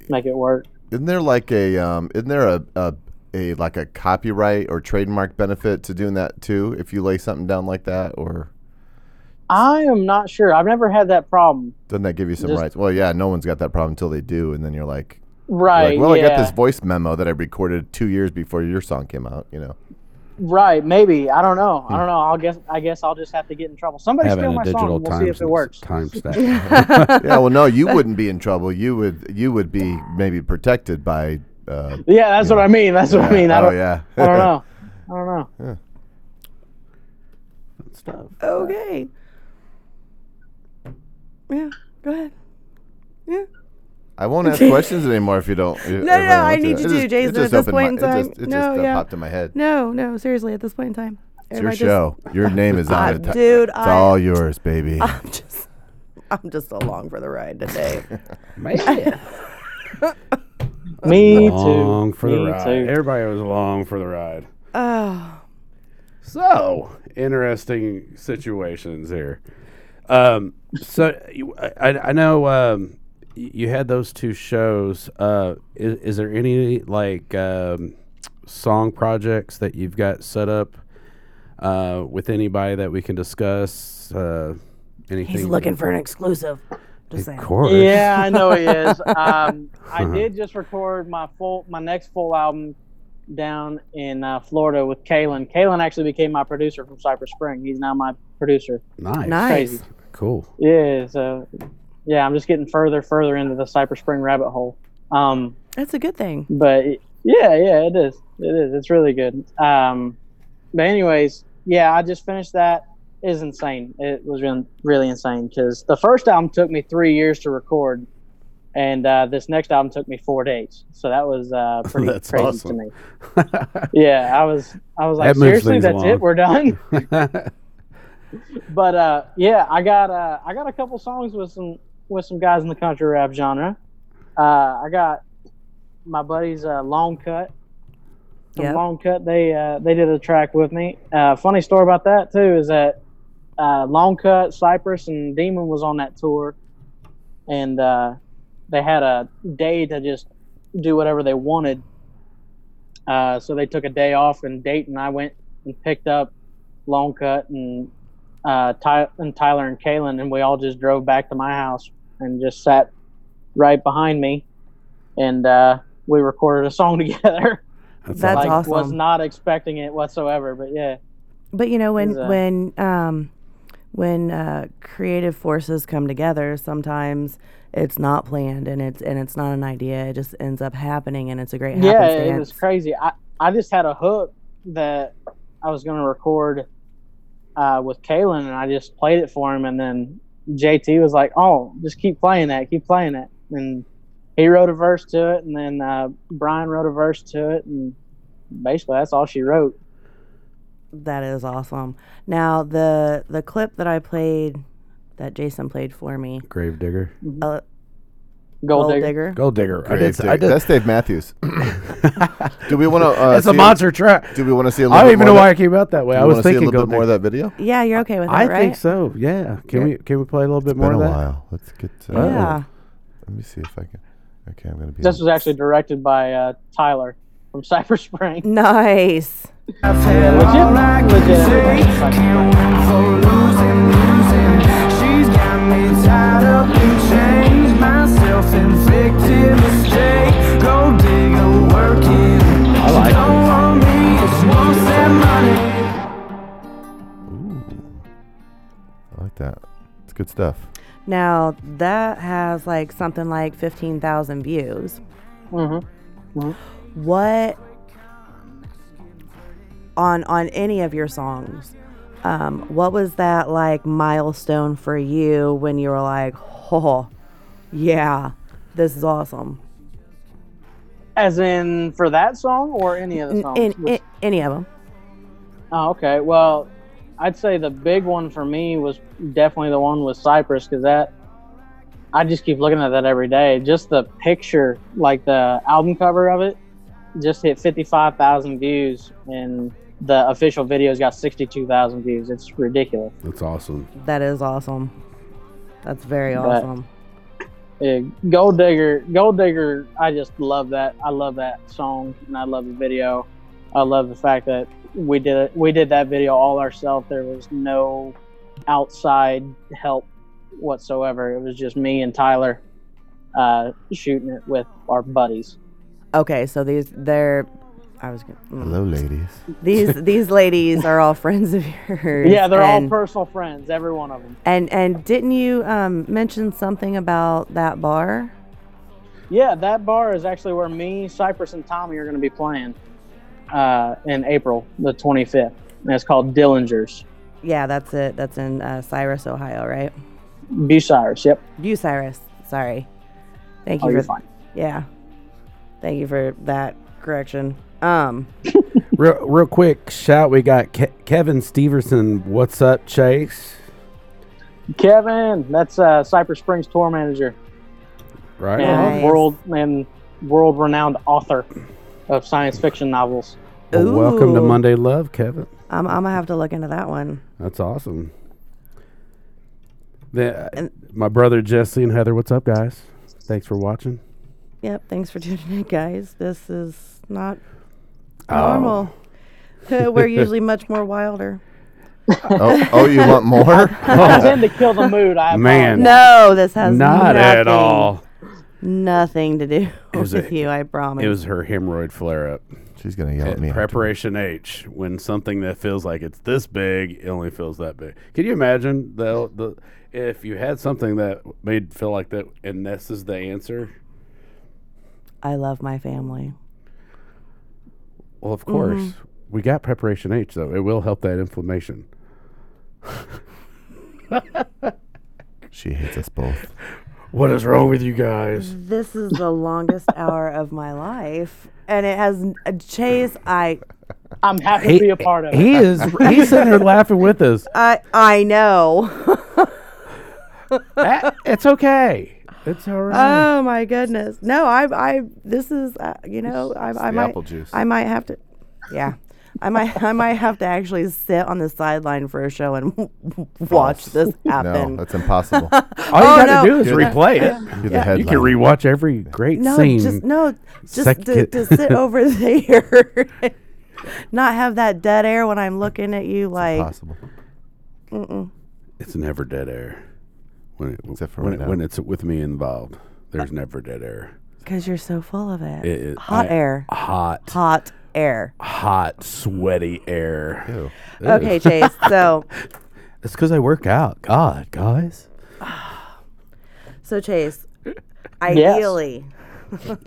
S6: make it work.
S2: Isn't there like a um? Isn't there a a, a like a copyright or trademark benefit to doing that too? If you lay something down like that, or
S6: I am not sure. I've never had that problem.
S2: doesn't that give you some
S6: Just-
S2: rights? Well, yeah, no one's got that problem until they do, and then you're like, you're
S6: Right.
S2: like, well,
S6: yeah.
S2: I got this voice memo that I recorded two years before your song came out. You know,
S6: Right. Maybe. I don't know. I don't know. I'll guess. I guess I'll just have to get in trouble. Somebody
S1: Hmm. having
S6: steal
S1: a
S6: my
S1: digital
S6: song. We'll see if it works.
S1: time stamp.
S2: yeah. Well, no, you wouldn't be in trouble. You would you would be maybe protected by. Uh,
S6: Yeah, that's what I mean. That's what I mean. I
S2: oh
S6: don't.
S2: yeah.
S6: I don't know. I don't know.
S3: Okay. Yeah. Go ahead.
S2: I won't ask questions anymore if you don't. No,
S3: no, I need you to, Jason, at this point in
S2: It
S3: time.
S2: just, it
S3: No,
S2: just uh,
S3: yeah.
S2: popped in my head.
S3: No, no, seriously, at this point in time.
S2: It's
S3: am I
S2: your
S3: just-
S2: show. Your name is
S3: I-
S2: on it. It's
S3: dude, I,
S2: all yours, baby.
S3: I'm just I'm just along for the ride today.
S6: Me
S1: along
S6: too.
S1: for the
S6: Me
S1: ride.
S6: too.
S1: Everybody was along for the ride.
S3: oh.
S1: So interesting situations here. Um, so you- I, I- I know um, y- you had those two shows. Uh, is, is there any like um, song projects that you've got set up uh, with anybody that we can discuss? Uh, anything?
S3: He's looking for an exclusive. Just
S1: Of
S3: saying.
S1: course.
S6: Yeah, I know he is. Um, I
S1: Uh-huh.
S6: did just record my full, my next full album down in uh, Florida with Kalen. Kalen actually became my producer from Cypress Spring. He's now my producer.
S1: Nice.
S3: Nice.
S6: Crazy.
S1: Cool.
S6: Yeah. So, yeah, I'm just getting further, further into the Cypress Spring rabbit hole. Um,
S3: That's a good thing.
S6: but yeah, yeah, it is. It is. It's really good. Um, but anyways, yeah, I just finished that. It is insane. It was really, really insane because the first album took me three years to record, and uh, this next album took me four days. So that was uh, pretty
S1: That's
S6: crazy
S1: awesome.
S6: to me. Yeah, I was, I was like,
S1: That moves
S6: seriously,
S1: things
S6: that's
S1: along."
S6: it. We're done. but uh, yeah, I got uh, I got a couple songs with some with some guys in the country rap genre. Uh, I got my buddies uh, Long Cut. From
S3: Yep.
S6: Long Cut, they uh, they did a track with me. Uh, funny story about that too is that uh, Long Cut, Cypress, and Demon was on that tour, and uh, they had a day to just do whatever they wanted. Uh, so they took a day off, and Dayton, I went and picked up Long Cut and uh, Ty- and Tyler and Kalen, and we all just drove back to my house and just sat right behind me, and uh, we recorded a song together.
S3: That's
S6: like,
S3: awesome.
S6: Was not expecting it whatsoever, but yeah,
S3: But you know when
S6: Is, uh,
S3: when um, when uh, creative forces come together, sometimes it's not planned and it's and it's not an idea. It just ends up happening, and it's a great
S6: yeah, it
S3: happenstance.
S6: was crazy. I I just had a hook that I was going to record uh, with Kalen, and I just played it for him, and then JT was like, "Oh, just keep playing that, keep playing it," and he wrote a verse to it, and then uh, Brian wrote a verse to it, and basically that's all she wrote.
S3: That is awesome. Now the the clip that I played, that Jason played for me,
S1: Grave digger.
S3: uh,
S6: Gold,
S3: Gold
S6: Digger.
S3: Digger.
S1: Gold digger. I did.
S2: Grave
S1: s- I
S2: Digger.
S1: did.
S2: That's Dave Matthews. do we want to? Uh,
S1: It's a
S2: see-
S1: monster track.
S2: Do we want to see a little
S1: I don't
S2: bit
S1: even know
S2: more
S1: why I
S2: of that-
S1: came out that way.
S2: do
S1: I
S2: we
S1: was
S2: wanna see
S1: thinking
S2: a little
S1: gold
S2: bit more of that video.
S3: Yeah, you're okay with it,
S1: I
S3: right?
S1: think so. Yeah. Can we can we play a little bit more
S2: Been a
S1: of that?
S2: while. Let's get. To,
S1: Oh.
S3: Yeah.
S2: Let me see if I can. Okay, I'm gonna be.
S6: This was actually directed by uh, Tyler from Cypress Spring.
S3: Nice.
S6: Legit, legit. everything from Cypress Spring.
S8: Can't win for losing, losing. She's got me tied up in chains. My self-inflicted mistake. Go dig a working. I
S1: like it.
S8: Don't want me. It's one set money.
S2: I like that. It's good stuff.
S3: Now that has like something like fifteen thousand views.
S6: Mhm. Mm-hmm.
S3: What on on any of your songs? Um, what was that like milestone for you when you were like, oh, yeah, this is awesome?
S6: As in for that song or any of the
S3: In,
S6: songs?
S3: in,
S6: Which-
S3: in- any of them?
S6: Oh, okay. Well, I'd say the big one for me was definitely the one with Cypress because that I just keep looking at that every day. Just the picture, like the album cover of it, just hit fifty-five thousand views, and the official video's got sixty-two thousand views. It's ridiculous.
S1: That's awesome.
S3: That is awesome. That's very
S6: But-
S3: awesome.
S6: Yeah, Gold Digger, Gold Digger. I just love that. I love that song, and I love the video. I love the fact that we did it. We did that video all ourselves. There was no outside help whatsoever. It was just me and Tyler uh, shooting it with our buddies.
S3: Okay, so these they're I was gonna, mm.
S2: Hello, ladies.
S3: these these ladies are all friends of yours.
S6: Yeah, they're all
S3: and-
S6: personal friends, every one of them.
S3: And and didn't you um, mention something about that bar?
S6: Yeah, that bar is actually where me, Cypress, and Tommy are going to be playing uh, in April the 25th. And it's called Dillinger's.
S3: Yeah, that's it. That's in uh, Cyrus, Ohio, right?
S6: Bucyrus, yep.
S3: You, Cyrus. Sorry. Thank
S6: Oh,
S3: you
S6: you're
S3: for
S6: fine.
S3: yeah. Thank you for that correction. Um,
S1: Real, real quick shout we got Ke- Kevin Steverson. What's up, Chase?
S6: Kevin, that's uh, Cypress Springs tour manager
S1: Right?
S6: and
S3: Nice.
S6: world and world renowned author of science fiction novels.
S1: Well, welcome to
S3: Ooh.
S1: Monday Love, Kevin.
S3: I'm, I'm gonna have to look into that one.
S1: That's awesome. The, my brother Jesse and Heather, what's up, guys? Thanks for watching.
S3: Yep. Thanks for tuning in, guys. This is not
S1: Oh.
S3: normal. Uh, We're usually much more wilder.
S2: oh, oh, you want more?
S6: I tend to kill the mood. I
S1: Oh, Man.
S6: apologize.
S3: No, this has
S1: Not at
S3: nothing-
S1: all.
S3: Nothing to do
S1: was
S3: with
S1: a-
S3: you. I promise.
S1: It was her hemorrhoid flare up.
S2: She's gonna yell at me. after.
S1: Preparation H, when something that feels like it's this big, it only feels that big. Can you imagine the, the if you had something that made feel like that, and this is the answer?
S3: I love my family.
S1: Well, of course, we got Preparation H though. It will help that inflammation.
S2: She hates us both.
S1: What is wrong with you guys?
S3: This is the longest hour of my life, and it has n- uh, Chase. I,
S6: I'm happy to be a part of it.
S1: He is. He's sitting there laughing with us.
S3: I, I know.
S1: That- it's okay. It's all right.
S3: oh my goodness. No, I, I. This is, uh, you know, I, I
S2: the
S3: might,
S2: apple juice.
S3: I might have to. Yeah, I might, I might have to actually sit on the sideline for a show and
S2: False.
S3: watch this
S2: No,
S3: happen.
S2: that's impossible.
S1: all you
S3: oh,
S1: got to
S3: no.
S1: do is replay it.
S2: You're the
S1: You can
S2: headline.
S1: rewatch every great
S3: No,
S1: scene.
S3: just no, just
S1: Second.
S3: to, to sit over there, and not have that dead air when I'm looking at you like.
S2: Impossible.
S1: It's never dead air. When it,
S2: Except for
S1: when, Uh,
S2: right
S1: it-
S2: now.
S1: when it's with me involved, there's never dead air.
S3: Because you're so full of it.
S1: It- it-
S3: hot
S1: I-
S3: air.
S1: Hot,
S3: Hot air.
S1: hot, sweaty air.
S2: Ew.
S3: Okay, Chase. So,
S1: It's because I work out. God, guys.
S3: so Chase,
S6: Yes.
S3: ideally,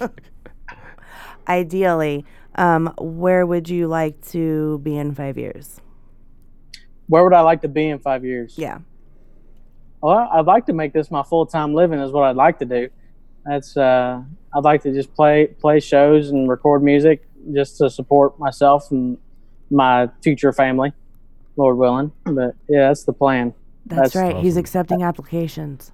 S3: ideally, um, where would you like to be in five years?
S6: Where would I like to be in five years?
S3: Yeah.
S6: Well, I'd like to make this my full time living. Is what I'd like to do. That's uh, I'd like to just play play shows and record music just to support myself and my future family, Lord willing. But yeah, that's the plan.
S3: That's,
S6: That's
S3: right. He's
S1: awesome.
S3: accepting applications.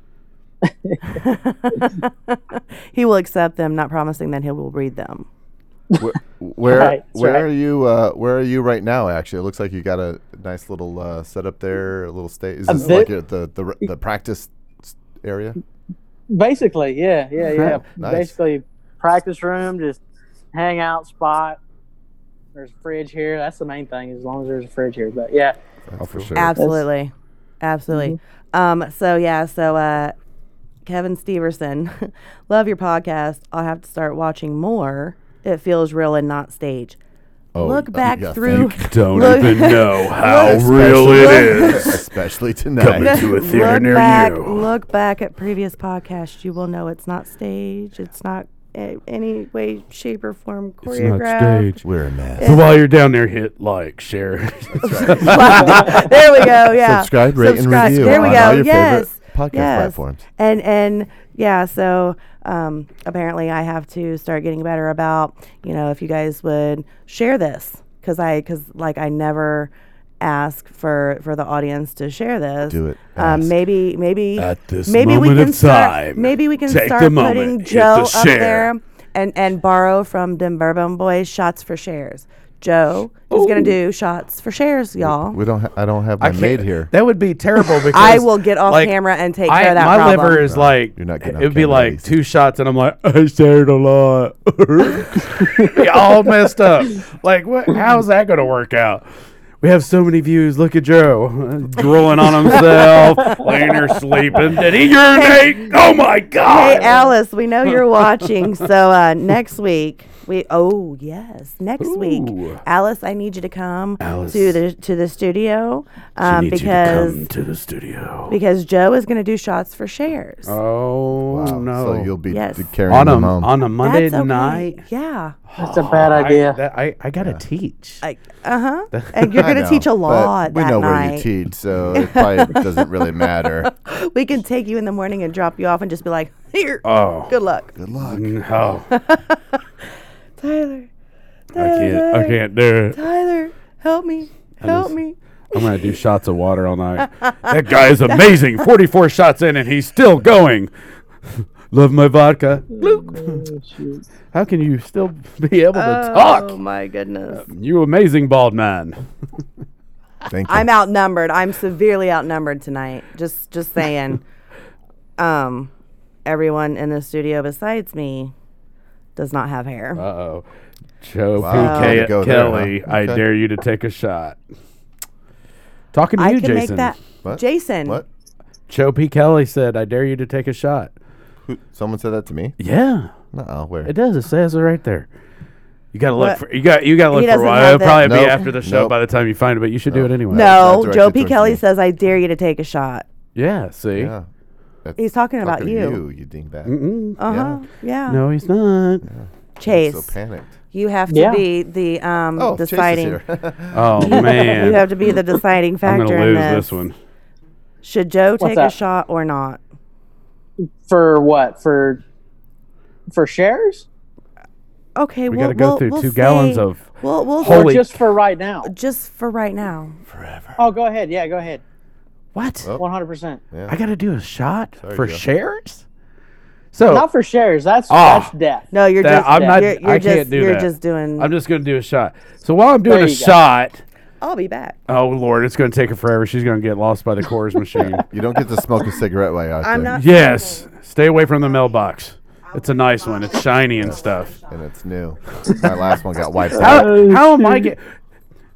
S3: he will accept them, not promising that he will read them.
S2: Where, where,
S6: Right, that's
S2: where
S6: right.
S2: are you? Uh, where are you right now? Actually, it looks like you got a nice little uh, setup there, a little stage. Is
S6: A
S2: this
S6: bit-
S2: like your, the, the r- the practice area?
S6: Basically, yeah, yeah, yeah.
S2: Nice.
S6: Basically, practice room, just hangout spot. There's a fridge here. That's the main thing. As long as there's a fridge here, but yeah,
S1: Oh, for sure.
S3: Absolutely. Absolutely.
S1: Mm-hmm.
S3: Um, so yeah, so uh Kevin Steverson, love your podcast. I'll have to start watching more. It feels real and not stage.
S2: Oh,
S3: look
S2: uh,
S3: back
S2: yeah,
S3: through
S1: Don't
S3: Look-
S1: even know how
S2: thank-
S1: real Oh, it
S2: especially-
S1: is.
S2: especially
S1: Coming
S2: tonight.
S1: to a theater
S3: look
S1: near
S3: back,
S1: you.
S3: look back at previous podcasts. You will know it's not stage. It's not a- any way, shape, or form choreographed.
S2: We're a mess.
S1: So while you're down there, hit like, share.
S3: there we go. Yeah.
S2: Subscribe, rate, and review
S3: There we
S2: on
S3: go.
S2: all your favorite
S3: yes.
S2: podcast
S3: yes.
S2: platforms.
S3: And and yeah, so um, apparently I have to start getting better about you know if you guys would share this because I because like I never ask for for the audience to share this.
S2: Do it.
S3: Um,
S2: Ask.
S3: maybe maybe
S1: At this
S3: maybe we
S1: moment
S3: can
S1: of
S3: start
S1: time,
S3: maybe we can
S1: take the
S3: start
S1: moment,
S3: putting
S1: hit the
S3: Joe up
S1: share.
S3: there and and borrow from Den Bourbon Boys shots for shares. Joe is going to do shots for shares, y'all.
S2: Oh. We don't. Ha- I don't have
S9: I
S2: my
S9: can't-
S2: maid here.
S9: That would be terrible because
S3: I will get off
S9: like,
S3: camera and take
S9: I,
S3: care of that
S9: my
S3: problem.
S9: liver is like
S2: you're not getting off
S9: it would be
S2: camera
S9: like
S2: easy.
S9: two shots and I'm like I shared a lot, Be all messed up. Like what? How's that going to work out? We have so many views. Look at Joe uh, drooling on himself, laying there sleeping. Did he urinate? Oh my
S3: Hey,
S9: god!
S3: Alice, we know you're watching. So uh, next week, we oh yes, next week, Alice, I need you to come to the to the studio um,
S1: needs you to
S3: because
S1: come to the studio.
S3: because Joe is going to do shots for shares.
S1: Oh
S2: Wow,
S1: no!
S2: So you'll be
S3: Yes.
S2: d- carrying
S1: on a
S2: them home.
S1: on a Monday
S3: That's okay.
S1: night.
S3: Yeah.
S6: That's
S1: Oh,
S6: a bad
S9: I,
S6: idea.
S9: that- I, I gotta teach.
S3: Uh huh. And you're
S2: I
S3: going to
S2: know,
S3: teach a
S2: but
S3: lot
S2: We
S3: that
S2: know where you
S3: night.
S2: teach, so it probably doesn't really matter.
S3: we can take you in the morning and drop you off and just be like, here,
S1: Oh,
S3: good luck,
S2: Good luck.
S1: no! I
S3: Tyler.
S1: can't. I can't do it.
S3: Tyler, help me, help
S1: just-
S3: me.
S1: I'm gonna do shots of water all night. that guy is amazing. 44 shots in, and he's still going. Love my vodka.
S2: Oh,
S6: Shoot.
S1: How can you still be able to talk?
S3: Oh my goodness.
S1: You amazing bald man.
S2: Thank you.
S3: I'm outnumbered. I'm severely outnumbered tonight. Just just saying. um everyone in the studio besides me does not have hair.
S1: Uh oh. Joe
S2: Wow.
S1: P.
S2: Way to
S1: K.
S2: go there,
S1: Kelly,
S2: huh?
S1: I
S2: Okay.
S1: dare you to take a shot. Talking to
S3: I
S1: you,
S3: can
S1: Jason.
S3: make that
S2: What?
S3: Jason.
S2: What?
S1: Joe P. Kelly said, I dare you to take a shot.
S2: Who, someone said that to me?
S1: Yeah,
S2: No, where?
S1: it does. It says it right there. You gotta
S3: What?
S1: look for you got you gotta
S3: He
S1: look for a
S3: doesn't
S1: while.
S3: have
S1: It'll
S3: that-
S1: probably be
S2: Nope.
S1: after the show
S2: Nope.
S1: by the time you find it, but you should do it anyway.
S2: Not
S3: No,
S2: directed
S3: Joe P.
S2: towards
S3: Kelly
S2: me.
S3: says I dare you to take a shot.
S1: Yeah, see?
S2: Yeah. That's
S3: He's talking about
S2: fucking
S3: you.
S2: You, you dingbat.
S1: Mm-mm.
S9: Oh.
S3: Uh-huh. Yeah.
S1: No, he's not.
S3: Chase.
S2: So panicked.
S3: you have to
S6: Yeah.
S3: be the um
S2: Oh, Chase is
S3: deciding
S2: here.
S1: Oh
S3: you
S1: man.
S3: have to be the deciding
S1: I'm
S3: factor
S1: gonna
S3: in
S1: lose
S3: this.
S1: this one.
S3: Should Joe take a
S6: that?
S3: shot or not?
S6: For what? For for shares?
S3: Okay,
S1: We
S3: we'll,
S1: gotta go
S3: we'll,
S1: through
S3: we'll
S1: two
S3: say-
S1: gallons of
S3: we'll, we'll
S6: Or
S1: Holy
S6: just for right now?
S3: just for right now.
S6: Oh, go ahead. Yeah, go ahead.
S9: What?
S2: Oh.
S6: One hundred percent.
S9: I gotta do a shot for
S2: Joe.
S9: shares?
S1: Oh.
S9: So
S6: Not for shares. That's
S1: Ah.
S6: that's death.
S3: No, you're
S1: That-
S3: just
S1: I'm not-
S3: you're, you're
S1: I
S3: just
S1: can't do
S3: you're
S1: that.
S3: just doing
S1: I'm just gonna do a shot. So while I'm doing
S6: There
S1: a
S6: you go.
S1: shot,
S3: I'll be back.
S1: oh lord, it's gonna take her forever. She's gonna get lost by the Coors machine.
S2: You don't get to smoke a cigarette while you're out
S3: I'm
S2: there.
S3: not
S1: yes, stay away from the mailbox. It's a nice one. It's shiny and stuff.
S2: And it's new. My last one got wiped out.
S9: Oh,
S1: How, how am I get?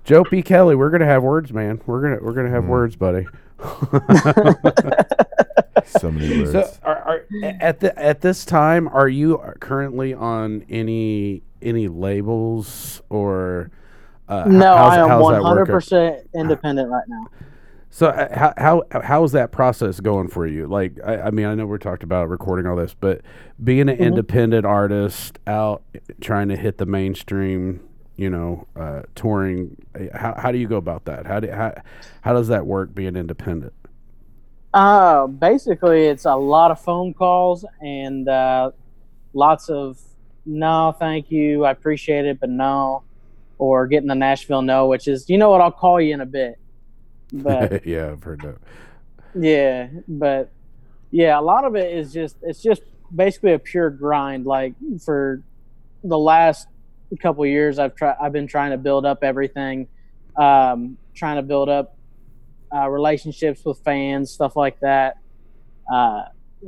S1: Joe P. Kelly, we're gonna have words, man. We're gonna we're gonna have
S3: Mm-hmm.
S1: words, buddy.
S2: So many words.
S1: So, are, are, at the at this time, are you currently on any any labels or? Uh, h-
S6: No,
S1: how's-
S6: I am
S1: how's
S6: one
S1: that
S6: hundred
S1: working?
S6: percent independent right now.
S1: So uh, how how how's that process going for you? Like I, I mean I know we talked about recording all this, but being an
S6: Mm-hmm.
S1: independent artist out trying to hit the mainstream, you know, uh, touring. uh, How, how do you go about that? How do how, how does that work being independent?
S6: Uh, basically, it's a lot of phone calls and uh, lots of no, thank you, I appreciate it, but no, or getting the Nashville no, which is you know what, I'll call you in a bit. But
S1: yeah, I've heard that.
S6: yeah, but yeah, a lot of it is just it's just basically a pure grind. Like for the last couple of years, I've tried I've been trying to build up everything, um, trying to build up uh, relationships with fans, stuff like that. Uh,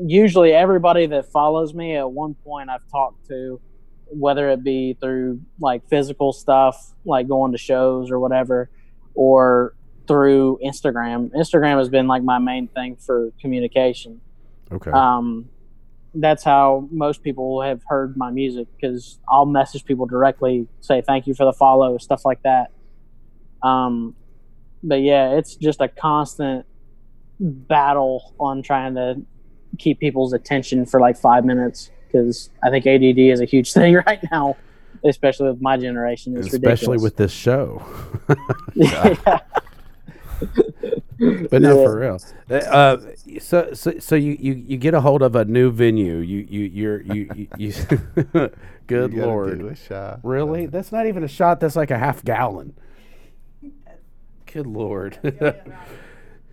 S6: usually, everybody that follows me at one point I've talked to, whether it be through like physical stuff, like going to shows or whatever, or through Instagram. Instagram has been like my main thing for communication.
S1: Okay.
S6: Um, that's how most people have heard my music because I'll message people directly, say thank you for the follow, stuff like that. Um, but yeah, it's just a constant battle on trying to keep people's attention for like five minutes because I think ADD is a huge thing right now, especially with my generation. It's
S1: Especially
S6: ridiculous.
S1: with this show.
S6: yeah.
S1: but no, for real. Uh, uh, so, so, so you, you, you get a hold of a new venue. You, you, you're, you, you, you
S2: You
S1: good
S2: gotta
S1: lord.
S2: do a shot.
S1: Really? That's not even a shot. That's like a half gallon. Good lord.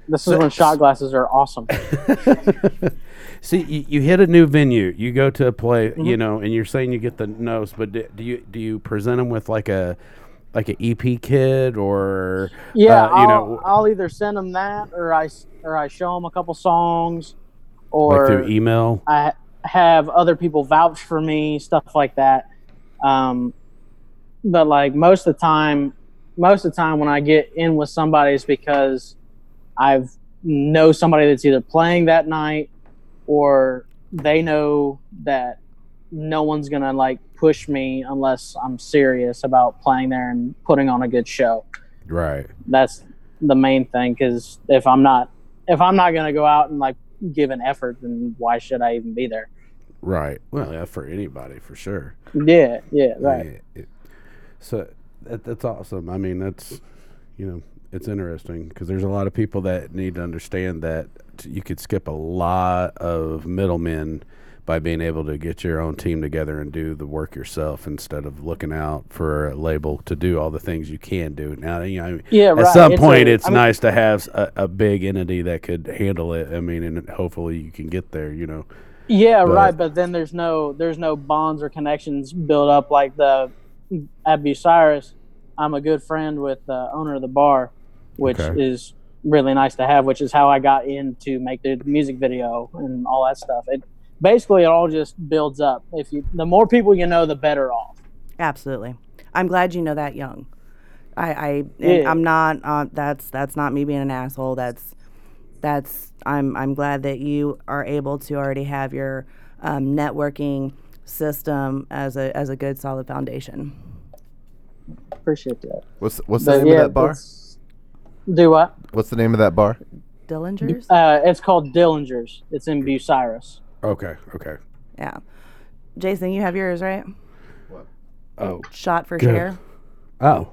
S6: This is when shot glasses are awesome.
S1: See, you, you hit a new venue. You go
S6: Mm-hmm.
S1: to a play, you know, and you're saying you get the nose, but do, do you do you present them with like a like an EP kit or
S6: Yeah,
S1: uh, you
S6: I'll,
S1: know
S6: I'll either send them that, or I s- or I show them a couple songs,
S1: like
S6: or
S1: through e- email?
S6: I have other people vouch for me, stuff like that. Um, but like most of the time, most of the time when I get in with somebody, it's because I've know somebody that's either playing that night or they know that no one's gonna like push me unless I'm serious about playing there and putting on a good show
S1: Right.
S6: that's the main thing because if i'm not if i'm not going to go out and like give an effort then why should i even be there
S1: Right. Well, yeah, for anybody, for sure.
S6: yeah yeah right
S1: Yeah, it- so that, that's awesome. I mean, that's you know, it's interesting because there's a lot of people that need to understand that you could skip a lot of middlemen by being able to get your own team together and do the work yourself instead of looking out for a label to do all the things you can do. Now, you know, I mean,
S6: yeah
S1: at
S6: right.
S1: some point,
S6: a-
S1: it's
S6: I mean,
S1: nice to have a, a big entity that could handle it. I mean, and hopefully you can get there. You know,
S6: yeah
S1: but-
S6: right but then there's no there's no bonds or connections built up like the at bucyrus i'm a good friend with the owner of the bar which
S1: Okay.
S6: is really nice to have which is how i got in to make the music video and all that stuff it basically it all just builds up if you the more people you know the better off
S3: Absolutely. I'm glad you know that young. I, I and
S6: Yeah.
S3: I'm not. Uh, that's that's not me being an asshole. That's that's. I'm I'm glad that you are able to already have your um, networking system as a as a good solid foundation.
S6: appreciate that.
S2: What's what's the name of that bar?
S6: that's- Do what?
S2: What's the name of that bar?
S3: Dillinger's.
S6: Uh, it's called Dillinger's. It's in Bucyrus.
S1: okay, okay.
S3: Yeah. Jason, you have yours right.
S1: Oh,
S3: Shot for
S1: Good.
S3: share.
S1: oh,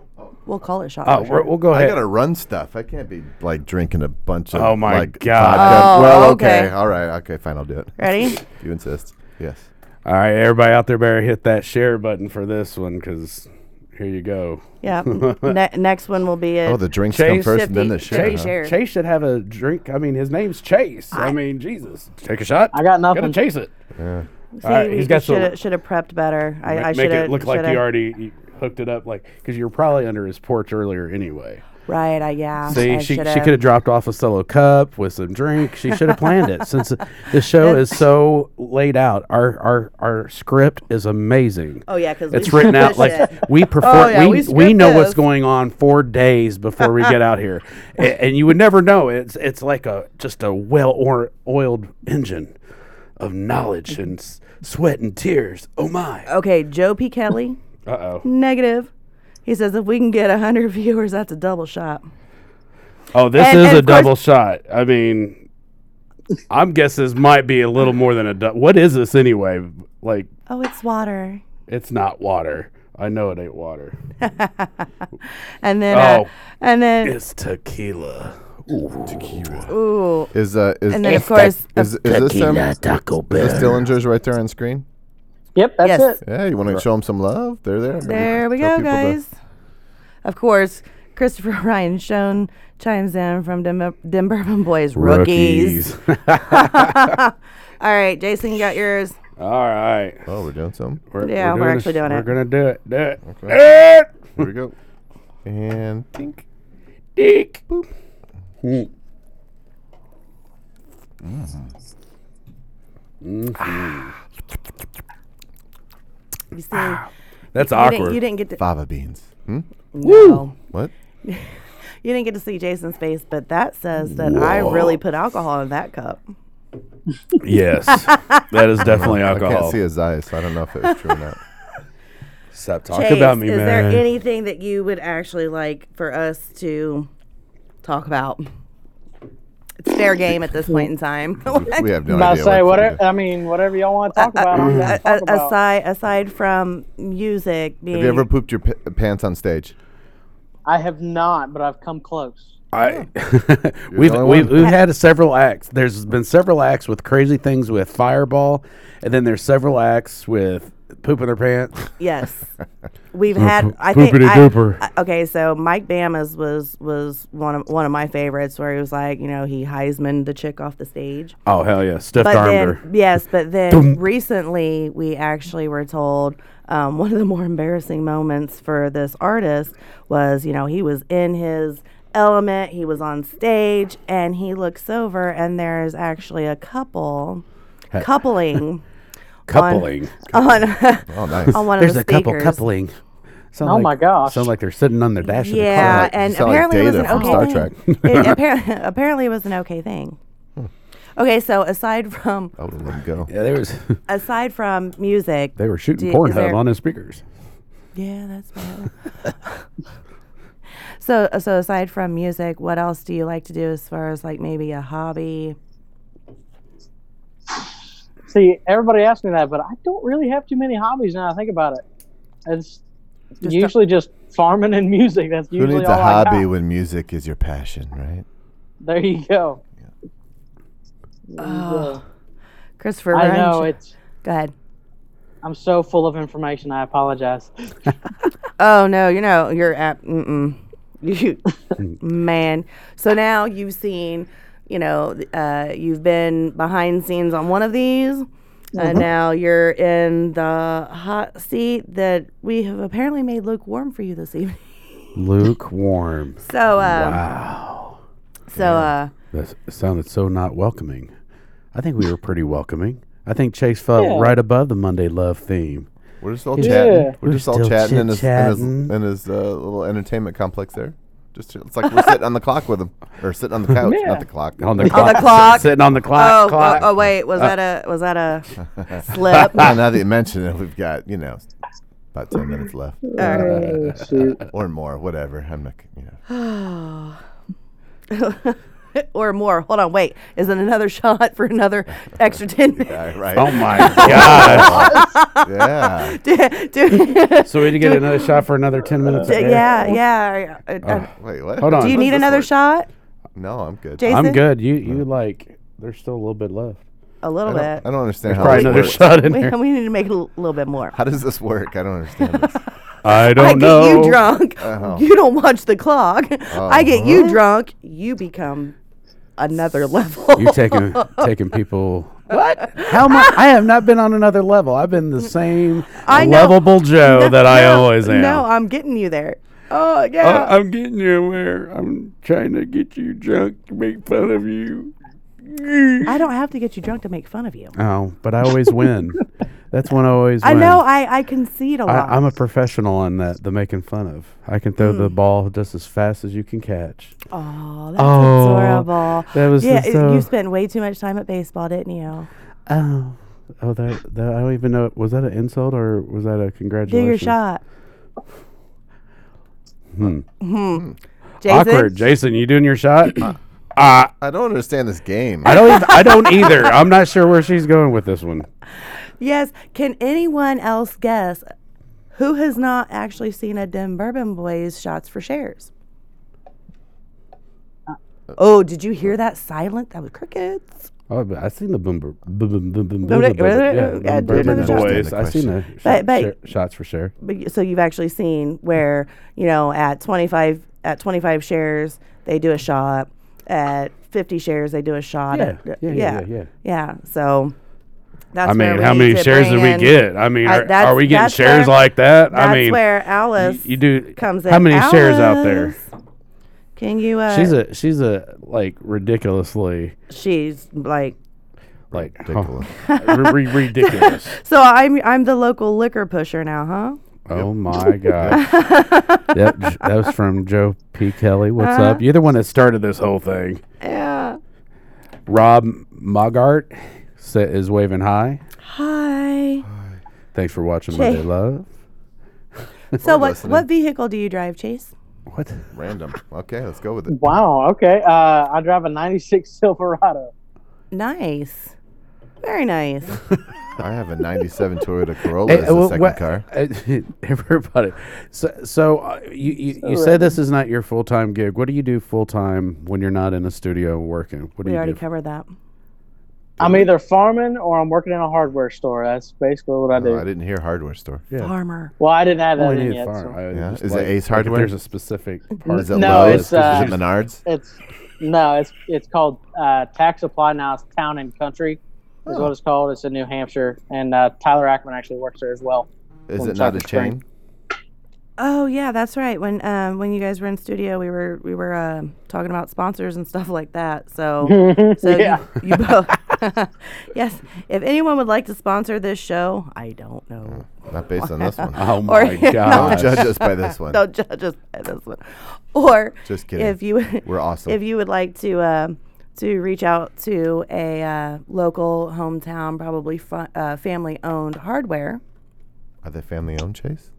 S3: We'll call it shot.
S1: oh,
S3: for share.
S1: we're, we'll go
S2: I
S1: ahead.
S2: gotta run stuff. I can't be like drinking a bunch of.
S1: Oh my
S2: like,
S1: God.
S2: vodka.
S3: Oh,
S2: well,
S3: okay.
S2: All right. Okay. Fine. I'll do it.
S3: Ready?
S2: If you insist. Yes.
S1: All right, everybody out there better hit that share button for this one because here you go.
S3: yeah. Ne- next one will be
S2: Oh,
S3: it.
S2: the drinks come
S1: Chase-
S2: first, and then the
S3: Shifty-
S2: share.
S3: Chase-
S2: huh?
S3: Share.
S1: Uh-huh. Chase should have a drink. I mean, his name's Chase. I, mean, Jesus. Take a shot.
S6: I got nothing.
S1: Gotta chase it.
S3: See,
S1: all right, he's got some-
S3: should have prepped better. I,
S1: Make,
S3: I
S1: make
S3: should have
S1: it look like you already you hooked it up, like because you were probably under his porch earlier anyway.
S3: Right. I yeah.
S1: See,
S3: I
S1: she, she could
S3: shoulda.
S1: have dropped off a solo cup with some drink. She should have planned it since the show is so laid out. Our our our script is amazing.
S3: Oh yeah, because
S1: It's written out like we perform.
S3: Oh, yeah,
S1: we,
S3: we
S1: we know what's
S3: script this.
S1: going on four days before we get out here, A- and, you would never know. It's it's like a just a well or, oiled engine of knowledge and s- sweat and tears. Oh my!
S3: Okay, Joe P. Kelly,
S1: Uh oh.
S3: negative. He says if we can get 100 viewers, that's a double shot.
S1: Oh, this
S3: And-
S1: is
S3: and
S1: a
S3: of course-
S1: double shot. I mean, I'm guessing this might be a little more than a double. What is this anyway? Like
S3: Oh, it's water.
S1: it's not water. I know it ain't water.
S3: And then, uh,
S1: Oh.
S3: and then,
S1: It's tequila. Tequila.
S3: ooh,
S2: Is uh is
S3: and then of
S2: is,
S3: course,
S2: is, this him? Is
S1: Taco Bell.
S2: this Dillinger's right there on screen?
S6: Yep, that's
S3: Yes.
S6: it.
S2: Yeah, you want to show him some love? They're there.
S3: there we
S2: Tell
S3: go,
S2: people to-
S3: guys. Of course, Christopher Ryan Schoen chimes in from Dem, Dem Bourbon Boys rookies. All right, Jason, you got yours.
S1: All right.
S2: Oh, we're doing some.
S1: We're,
S3: Yeah, we're
S1: doing a
S3: actually
S1: sh-
S3: doing
S1: We're
S3: it.
S1: gonna do it. Do it.
S2: Okay. Here we go. And tink.
S1: Dick. Boop. Mm.
S3: You see, you
S1: That's
S3: didn't,
S1: awkward.
S3: you didn't get to
S2: Fava beans. Hmm?
S3: no,
S2: What?
S3: you didn't get to see Jason's face, but that says that I really put alcohol in that cup.
S1: yes, that is definitely
S2: I can't
S1: alcohol.
S2: see his eyes, so I don't know if it was true or not.
S1: Stop talking
S3: Chase,
S1: about me,
S3: is
S1: man.
S3: there anything that you would actually like for us to talk about? It's fair game at this point in time.
S2: We have no
S6: About
S2: idea.
S6: to say
S2: what to
S6: whatever. I mean, whatever y'all want to talk about. I'm gonna talk about.
S3: aside, aside from music being,
S2: do. Have you ever pooped your p- pants on stage?
S6: I have not, but I've come close.
S1: I we've
S2: only
S1: we've,
S2: one.
S1: we've had several acts. There's been several acts with crazy things with Fireball, and then there's several acts with poop in their pants.
S3: yes, we've had. I think
S4: poopity
S3: I-
S4: dooper.
S3: I- okay, so Mike Bamas was was one of one of my favorites, where he was like, you know, he Heisman the chick off the stage.
S1: Oh hell yeah, stuffed
S3: but
S1: armed her.
S3: then yes, but then recently we actually were told um, one of the more embarrassing moments for this artist was, you know, he was in his element, he was on stage, and he looks over, and there's actually a couple coupling.
S1: Coupling.
S3: On,
S2: Oh, nice.
S3: on one
S1: There's
S3: of the
S1: a couple
S3: speakers.
S1: coupling. Sound
S6: Oh my gosh.
S1: Sound like they're sitting on their dash. of the car.
S3: Yeah,
S2: like- you
S3: and
S2: sound like
S3: apparently it was
S2: Data
S3: an
S2: from
S3: okay
S2: Star
S3: thing. it, apparently, apparently it was an okay thing.
S1: Hmm.
S3: Okay, so aside from
S2: I would have let him go.
S1: Yeah, they was
S3: aside from music,
S1: they were
S3: do-
S1: shooting
S3: is there-
S1: Pornhub on his speakers.
S3: Yeah, that's bad. so, uh, so aside from music, what else do you like to do as far as like maybe a hobby?
S6: See, everybody asks me that, but I don't really have too many hobbies now. I think about it. It's
S3: Just
S6: usually just farming and music. That's
S2: Who
S6: usually
S2: needs
S6: all
S2: a
S6: I
S2: hobby
S6: got.
S2: when music is your passion, right?
S6: There you go.
S3: Oh, Christopher,
S6: I
S3: Ryan,
S6: know
S3: sh-
S6: it's.
S3: Go ahead.
S6: I'm so full of information. I apologize.
S3: Oh no, you know you're at mm-mm. You, man. So now you've seen, you know, th- uh, you've been behind scenes on one of these, and now you're in the hot seat that we have apparently made lukewarm for you this evening.
S1: Lukewarm.
S3: So, uh,
S1: wow.
S3: so uh,
S1: That sounded so not welcoming. I think we were pretty welcoming. I think Chase felt
S6: Yeah.
S1: right above the Monday love theme.
S2: We're just all chatting.
S6: Yeah.
S2: We're just all
S1: still
S2: chatting in his, in his,
S1: chit-chatting.
S2: in his uh, little entertainment complex there. Just it's like we're sitting on the clock with him, or sitting on the couch,
S6: Yeah.
S2: not the clock.
S1: On the
S2: Yeah,
S1: clock.
S3: clock.
S1: Sitting on the clock.
S3: oh, oh,
S1: clock.
S3: oh, wait, was that a was that a slip?
S2: now that you mention it, we've got you know about ten minutes left
S6: Oh, shoot.
S2: or more, whatever. I'm not, you know.
S3: or more? Hold on, wait. Is it another shot for another extra ten minutes?
S2: Yeah, right.
S1: Oh my gosh.
S2: yeah.
S3: Do- do-
S1: so we had to get another shot for another 10 minutes.
S3: do-
S1: of air?
S3: yeah, yeah. uh, uh,
S2: Wait, what?
S1: Hold on.
S3: do you
S1: What's
S3: need
S2: this
S3: another
S2: like?
S3: shot,
S2: No, I'm good.
S3: Jason?
S1: I'm good. You, you like, there's still a little bit left.
S3: A
S2: I
S3: little
S2: don't,
S3: bit.
S2: I don't understand how
S1: Probably
S2: this
S1: another
S2: works.
S1: shot in
S3: We,
S1: there.
S3: we need to make it a l- little bit more.
S2: How does this work? I don't understand this.
S1: I
S3: I
S1: don't
S3: get
S1: know.
S3: you drunk.
S2: Oh.
S3: You don't watch the clock. I get you drunk. You become another level.
S1: You're taking taking people. What? How am I? I have not been on another level. I've been the same
S3: I know.
S1: lovable Joe that I
S3: No,
S1: always am.
S3: No, I'm getting you there. Oh yeah.
S1: I, am getting you where I'm trying to get you drunk to make fun of you.
S3: I don't have to get you drunk to make fun of you.
S1: Oh, but I always win. That's when I always.
S3: I
S1: win.
S3: know I, I concede a lot.
S1: I, I'm a professional on that. The making fun of. I can throw the ball just as fast as you can catch.
S3: oh, Mm. that's
S1: Oh,
S3: adorable.
S1: that was
S3: yeah.
S1: just
S3: it-
S1: so-
S3: You spent way too much time at baseball, didn't you?
S1: Oh, oh, that, that I don't even know. Was that an insult or was that a
S3: Do
S1: congratulations?
S3: your shot.
S1: Hmm.
S3: Jason?
S1: Awkward, Jason. You doing your shot? uh,
S2: I don't understand this game.
S1: I don't. Even, I don't either. I'm not sure where she's going with this one.
S3: Yes. Can anyone else guess who has not actually seen a Dim Bourbon Boys shots for shares? Oh, did you hear that silent? That was crickets.
S1: Oh, but I seen the boom, boom, boom, boom, boom, boom, boom,
S3: Boom, boom,
S1: yeah,
S3: boom,
S1: boom,
S3: yeah,
S1: boom,
S3: another
S1: boom,
S3: shot.
S1: boys. I seen the shot,
S3: but-
S1: share- shots for share.
S3: But you, so you've actually seen where you know at 25 at 25 shares they do a shot at 50 shares they do a shot
S1: Yeah,
S3: at, uh,
S1: yeah, yeah, yeah, yeah.
S3: yeah. so that's
S1: I mean,
S3: where
S1: how
S3: we
S1: many
S3: need to
S1: shares did
S3: bring
S1: we
S3: in-
S1: get? I mean,
S3: I-
S1: are,
S3: that's-
S1: are we getting
S3: that's
S1: shares
S3: where-
S1: like that?
S3: that's
S1: I mean,
S3: where
S1: y-
S3: Alice
S1: you do
S3: comes in.
S1: how many shares out there?
S3: Alice, Can you? Uh,
S1: She's a she's a like ridiculously
S3: she's like
S1: like
S2: Ridiculous.
S1: r- r- ridiculous.
S3: so I'm I'm the local liquor pusher now, huh?
S1: Oh my god. yep, j- that was from Joe P. Kelly. What's
S6: Uh-huh.
S1: up? You're the one that started this whole thing.
S3: Yeah.
S1: Rob Mogart sa- is waving hi.
S3: Hi.
S1: Thanks for watching
S3: Jay.
S1: Monday Love.
S3: So what
S2: listening.
S3: what vehicle do you drive, Chase?
S1: What?
S2: Random. Okay, let's go with it.
S6: Wow. Okay. Uh, I drive a '96 Silverado.
S3: Nice. Very nice.
S2: I have a '97 Toyota Corolla
S1: Hey,
S2: as the
S1: well,
S2: second
S1: what-
S2: car.
S1: uh, Everybody. So, so uh, you, you, you say this is not your full time gig. What do you do full time when you're not in a studio working? What do
S3: We
S1: you
S3: already
S1: do?
S3: covered that.
S6: I'm either farming or I'm working in a hardware store. That's basically what I
S2: Oh,
S6: do.
S2: I didn't hear hardware store.
S1: Yeah.
S3: Farmer.
S6: well, I didn't have
S1: I
S6: that
S1: only
S6: in
S1: need
S6: yet.
S1: farm.
S6: so-
S1: I
S2: Yeah.
S1: just
S2: Is it Ace
S1: like if
S2: Hardware?
S1: There's a specific part.
S2: Is it
S6: No,
S2: Lowe's?
S6: it's, uh,
S2: is it Menards?
S6: It's no, it's it's called uh, Tax Apply now. It's
S2: Oh.
S6: Town and Country is what it's called. It's in New Hampshire, and uh, Tyler Ackman actually works there as well.
S2: Is
S6: Well,
S2: it not
S6: Chaka
S2: a
S6: Spring.
S2: chain?
S3: Oh yeah, that's right. When um, when you guys were in studio, we were we were uh, talking about sponsors and stuff like that. So so you-
S6: Yeah.
S3: you, both yes. If anyone would like to sponsor this show, I don't know.
S2: Not based on this one.
S1: Oh
S3: Or-
S1: my god!
S2: Don't judge us by this one.
S3: Don't judge us by this one. Or
S2: Just kidding.
S3: If you
S2: We're awesome.
S3: if you would like to uh, to reach out to a uh, local hometown, probably fa- uh, family owned hardware.
S2: Are they family owned, Chase?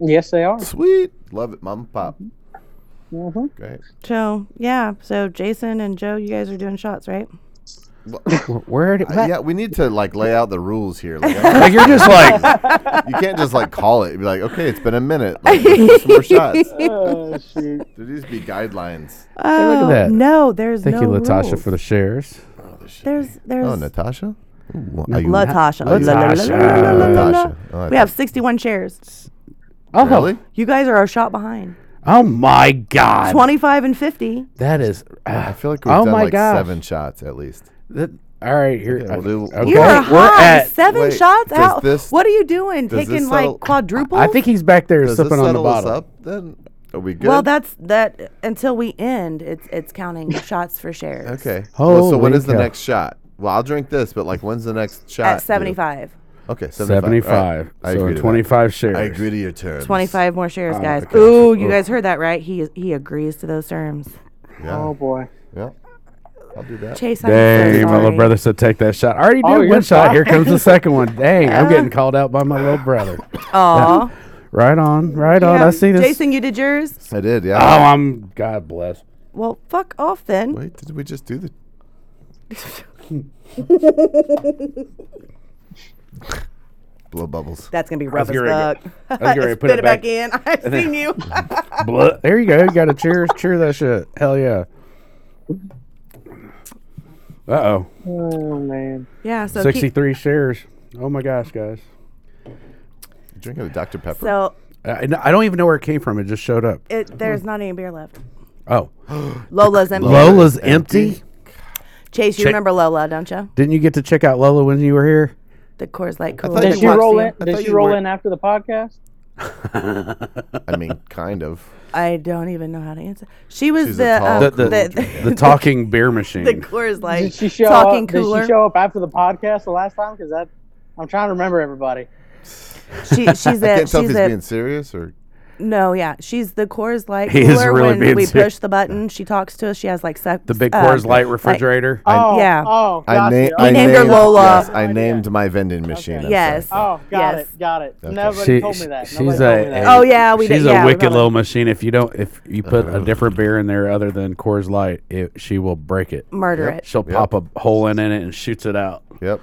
S6: Yes, they are.
S2: Sweet. Love it, mom and pop.
S6: Mhm.
S2: Great.
S3: So yeah, so Jason and Joe, you guys are doing shots, right?
S4: Where? did-
S2: Uh,
S4: what?
S2: yeah, we need to like lay out the rules here. Like, I
S9: Like you're just like
S2: don't- you can't just like call it. Be like, okay, it's been a minute. Like, let's do some more shots.
S6: Oh, shoot.
S2: There needs to be guidelines.
S3: Oh,
S4: look at that.
S3: No, there's
S4: Thank
S3: no
S4: you, Latasha,
S3: rules.
S4: for the shares.
S3: There's there's
S2: Oh, Natasha. Ooh, are you-
S3: Latasha. La- la- la- la-
S4: Latasha.
S3: la- la- la- la- la-
S2: Natasha. Oh, I
S3: We have 61 shares.
S4: Oh,
S2: Really?
S3: You guys are a shot behind.
S4: oh my God!
S3: 25 and 50.
S4: That is. ah,
S2: I feel like we've
S4: Oh
S2: done
S4: my
S2: like
S4: gosh.
S2: seven shots at least.
S4: that, all right, here.
S2: Okay, we'll do-
S3: You're
S2: Okay,
S3: high. Seven
S2: wait,
S3: shots
S2: does
S3: out.
S2: this-
S3: what are you doing?
S2: does this
S3: Taking
S2: settle-
S3: like quadruples?
S4: I think he's back there
S2: Does this
S4: sipping on the
S2: settle us
S4: bottle.
S2: up then? Are we good?
S3: Well, that's that until we end. It's it's counting shots for shares.
S2: okay. Well, so when
S4: Holy
S2: is the
S4: cow.
S2: next shot? Well, I'll drink this, but like, when's the next shot?
S3: At
S2: due?
S3: 75.
S2: Okay, seventy-five.
S1: Seventy-five.
S2: All right. I
S1: so in
S2: agree to that.
S1: twenty-five shares.
S2: I agree to your terms.
S3: 25 more shares, guys.
S2: Oh, okay.
S3: Ooh, you guys heard that, right? He he agrees to those terms.
S2: Yeah.
S6: Oh, boy.
S2: yeah. I'll do that.
S3: Chase, I'm so
S1: Dang,
S3: sorry.
S1: my little brother said, "Take that shot." I already did
S6: Oh, you're
S1: one shot. Here
S6: fine.
S1: comes the second one. Dang, I'm getting called out by my little brother.
S3: Aw.
S4: Right on, right
S3: You
S4: on. I
S3: have-
S4: see this.
S3: Jason, you did yours?
S2: I did.
S1: Oh,
S2: Yeah.
S1: I'm God bless.
S3: Well, fuck off then.
S2: Wait, did we just do the? Blow bubbles.
S3: That's gonna be rough as
S1: gonna
S3: fuck.
S1: I was getting ready to put
S3: Spit
S1: it back.
S3: in. I've seen you.
S1: Blah. There you go. You got to cheers. Cheer that shit. Hell yeah. Uh oh.
S6: Oh, man.
S3: yeah. So keep,
S1: Sixty-three shares. Oh my gosh, guys.
S2: Drinking a Dr Pepper.
S3: so
S1: I, Uh, I don't even know where it came from. It just showed up.
S3: it, there's not any beer left.
S1: Oh,
S3: Lola's empty.
S1: Lola's empty.
S3: Chase, you remember Lola, don't you?
S1: Didn't you get to check out Lola when you were here?
S3: The Coors Light
S2: thought you
S3: cooler.
S6: Did
S2: Like
S6: she
S2: Roxy.
S6: roll in?
S2: I
S6: Did
S2: thought
S6: she
S2: you
S6: roll
S2: weren't-
S6: in after the podcast?
S2: I mean, kind of.
S3: I don't even know how to answer. She was
S2: She's a
S3: the,
S2: tall
S3: um,
S1: The
S3: the,
S1: the, the,
S3: the-
S1: talking beer
S3: the
S1: machine.
S3: Coors Light
S6: Did she show
S3: talking
S6: up? Did
S3: cooler.
S6: she show up after the podcast the last time? Because that, I'm trying to remember everybody.
S3: She, she's
S2: I can't
S3: at
S2: tell if
S3: she's
S2: he's being
S3: at
S2: serious or.
S3: no, yeah, she's the Coors Light
S1: He
S3: cooler.
S1: is really
S3: when
S1: being
S3: we
S1: serious.
S3: push the button, she talks to us. She has like sec-
S1: The big
S3: uh,
S1: Coors Light refrigerator.
S6: oh,
S3: yeah.
S6: Oh,
S2: I,
S6: gotcha.
S2: na-
S6: Okay.
S2: I
S3: named her Lola. Oh,
S2: Yes, I named my vending machine. I'm sorry.
S3: yes.
S6: Oh, got
S3: Yes.
S6: it, got it.
S2: Okay.
S6: Nobody
S1: She-
S6: told me that.
S1: she's
S6: Nobody
S1: a-
S6: told me that.
S3: Oh yeah, we
S1: She's
S3: did. yeah,
S1: a
S3: we
S1: wicked
S3: probably-
S1: little machine. If you don't, if you put a different beer in there other than Coors Light, it, she will break it.
S3: murder it.
S1: She'll pop a hole in it and shoots it out.
S2: Yep.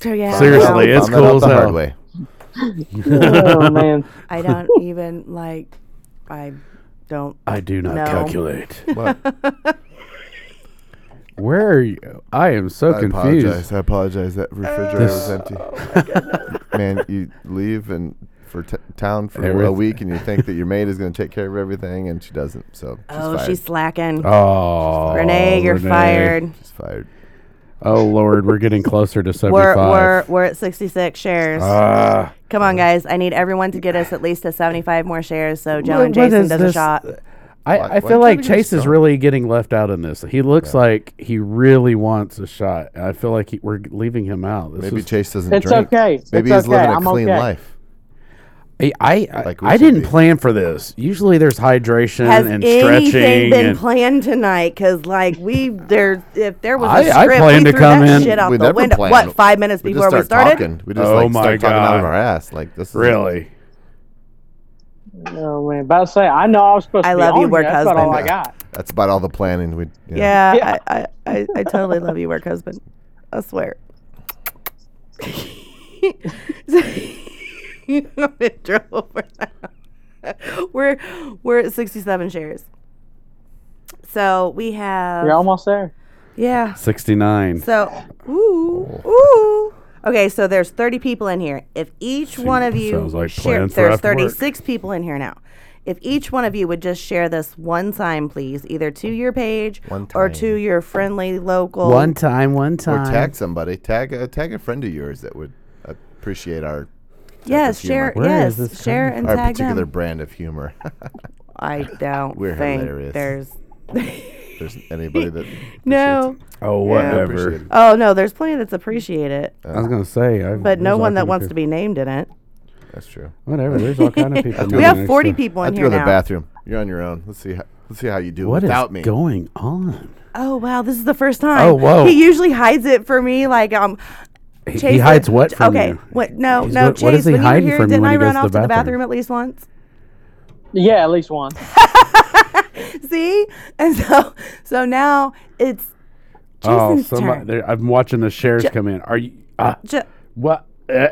S3: So, yeah,
S1: Seriously,
S3: no,
S1: it's
S2: Found that out
S1: cool as
S2: the hard
S1: hell.
S2: way.
S6: oh man,
S3: I don't even like. I don't.
S4: Ah,
S1: I do not
S3: No.
S1: calculate.
S2: What?
S1: Where are you? I am so
S2: I
S1: confused.
S2: apologize. I apologize. That refrigerator was empty.
S3: Oh,
S2: Man, you leave and for t- town for a
S1: Everyth-
S2: week, and you think that your maid is going to take care of everything, and she doesn't. So she's
S3: Oh,
S2: fired.
S3: she's slacking.
S1: Oh,
S3: Renee, you're
S1: Renee.
S3: fired.
S2: She's fired.
S1: Oh Lord, we're getting closer to
S3: We're,
S1: seventy-five.
S3: we're, we're at 66 shares.
S1: Ah.
S3: Come on, guys. I need everyone to get us at least to 75 more shares so Joe
S4: What-
S3: and
S4: what
S3: Jason
S4: is
S3: does a
S4: this?
S3: shot.
S4: I,
S2: Why-
S4: I
S2: why
S4: feel
S2: can't
S4: like
S2: we just
S4: Chase is
S2: go?
S4: really getting left out in this. He looks like he really wants a shot. and I feel like he, we're leaving him out. This
S2: Maybe
S4: is,
S2: Chase doesn't
S6: It's
S2: drink.
S6: okay.
S2: Maybe
S6: It's
S2: he's living
S6: okay.
S2: a
S6: I'm
S2: clean
S6: okay.
S2: life.
S4: I I, I-
S2: Like we
S4: I
S2: should
S4: didn't
S2: be.
S4: plan for this. Usually there's hydration
S3: Has
S4: and
S3: anything
S4: stretching.
S3: been
S4: and-
S3: planned tonight? Because, like, we, there, if there was a
S4: I- I
S3: script,
S4: planned
S3: we
S4: to
S3: threw
S4: come
S3: that
S4: in-
S3: shit out
S2: We
S3: the
S2: never
S3: window.
S2: planned.
S3: What, five minutes
S2: We
S3: before
S2: just
S3: we
S2: start
S3: started?
S2: talking. We just
S4: Oh
S2: like
S4: my
S2: start talking out of
S4: God.
S2: our ass. Like this. is-
S4: really.
S6: Oh man, about to say I know I was supposed
S3: I
S6: to. be
S3: love you,
S6: on
S3: work
S6: here. That's about all I
S3: husband.
S6: got.
S2: That's about all the planning we.
S3: Yeah,
S6: Yeah.
S3: I, I, I, I totally love you, work husband. I swear. I'm in trouble for that. We're we're at 67 shares. So we have
S6: You're almost there.
S3: yeah.
S1: Sixty-nine.
S3: So ooh ooh. Okay, so there's 30 people in here. If each one of you
S1: sounds like
S3: share,
S1: plan for
S3: there's
S1: after work.
S3: 36 people in here now. If each one of you would just share this one time, please, either to your page
S2: One
S3: or
S2: time.
S3: to your friendly local
S4: One time, one
S2: Or
S4: time.
S2: uh, tag somebody. Tag a, tag a friend of yours that would appreciate our
S3: Yes, share.
S1: Where is
S3: yes,
S1: this
S3: share and
S2: Our
S3: tag
S2: particular
S3: them.
S2: brand of humor.
S3: I don't
S2: We're
S3: think
S2: hilarious.
S3: there's.
S2: There's anybody that
S3: No.
S1: Oh,
S3: Yeah.
S1: whatever.
S2: appreciates it.
S3: Oh no, there's plenty that's appreciate it,
S2: Uh,
S1: I was gonna say, I,
S3: but no one that wants to be named in it.
S2: That's true.
S1: Whatever. There's all kind of people.
S3: We have 40 people
S2: I
S3: in
S2: have to go
S3: here
S2: to the
S3: now.
S2: bathroom. You're on your own. Let's see. How, let's see how you do
S1: What is
S2: without me.
S1: going on?
S3: Oh wow, this is the first time.
S1: Oh, whoa.
S3: He usually hides it for me, like um. Chase,
S1: he hides what from
S3: okay,
S1: you?
S3: What? No,
S1: He's-
S3: no.
S1: what-
S3: Chase,
S1: what is he
S3: when you were
S1: hiding
S3: here,
S1: from you
S3: didn't
S1: when
S3: I
S1: he goes
S3: run
S1: to
S3: off
S1: the
S3: to the
S1: bathroom?
S3: bathroom at least once?
S6: Yeah, at least one.
S3: See, and so so now it's
S1: Oh,
S3: Jason's
S1: somebody,
S3: turn.
S1: there, I'm watching the shares come in. Are you? Uh,
S3: Ja-
S1: what? Uh,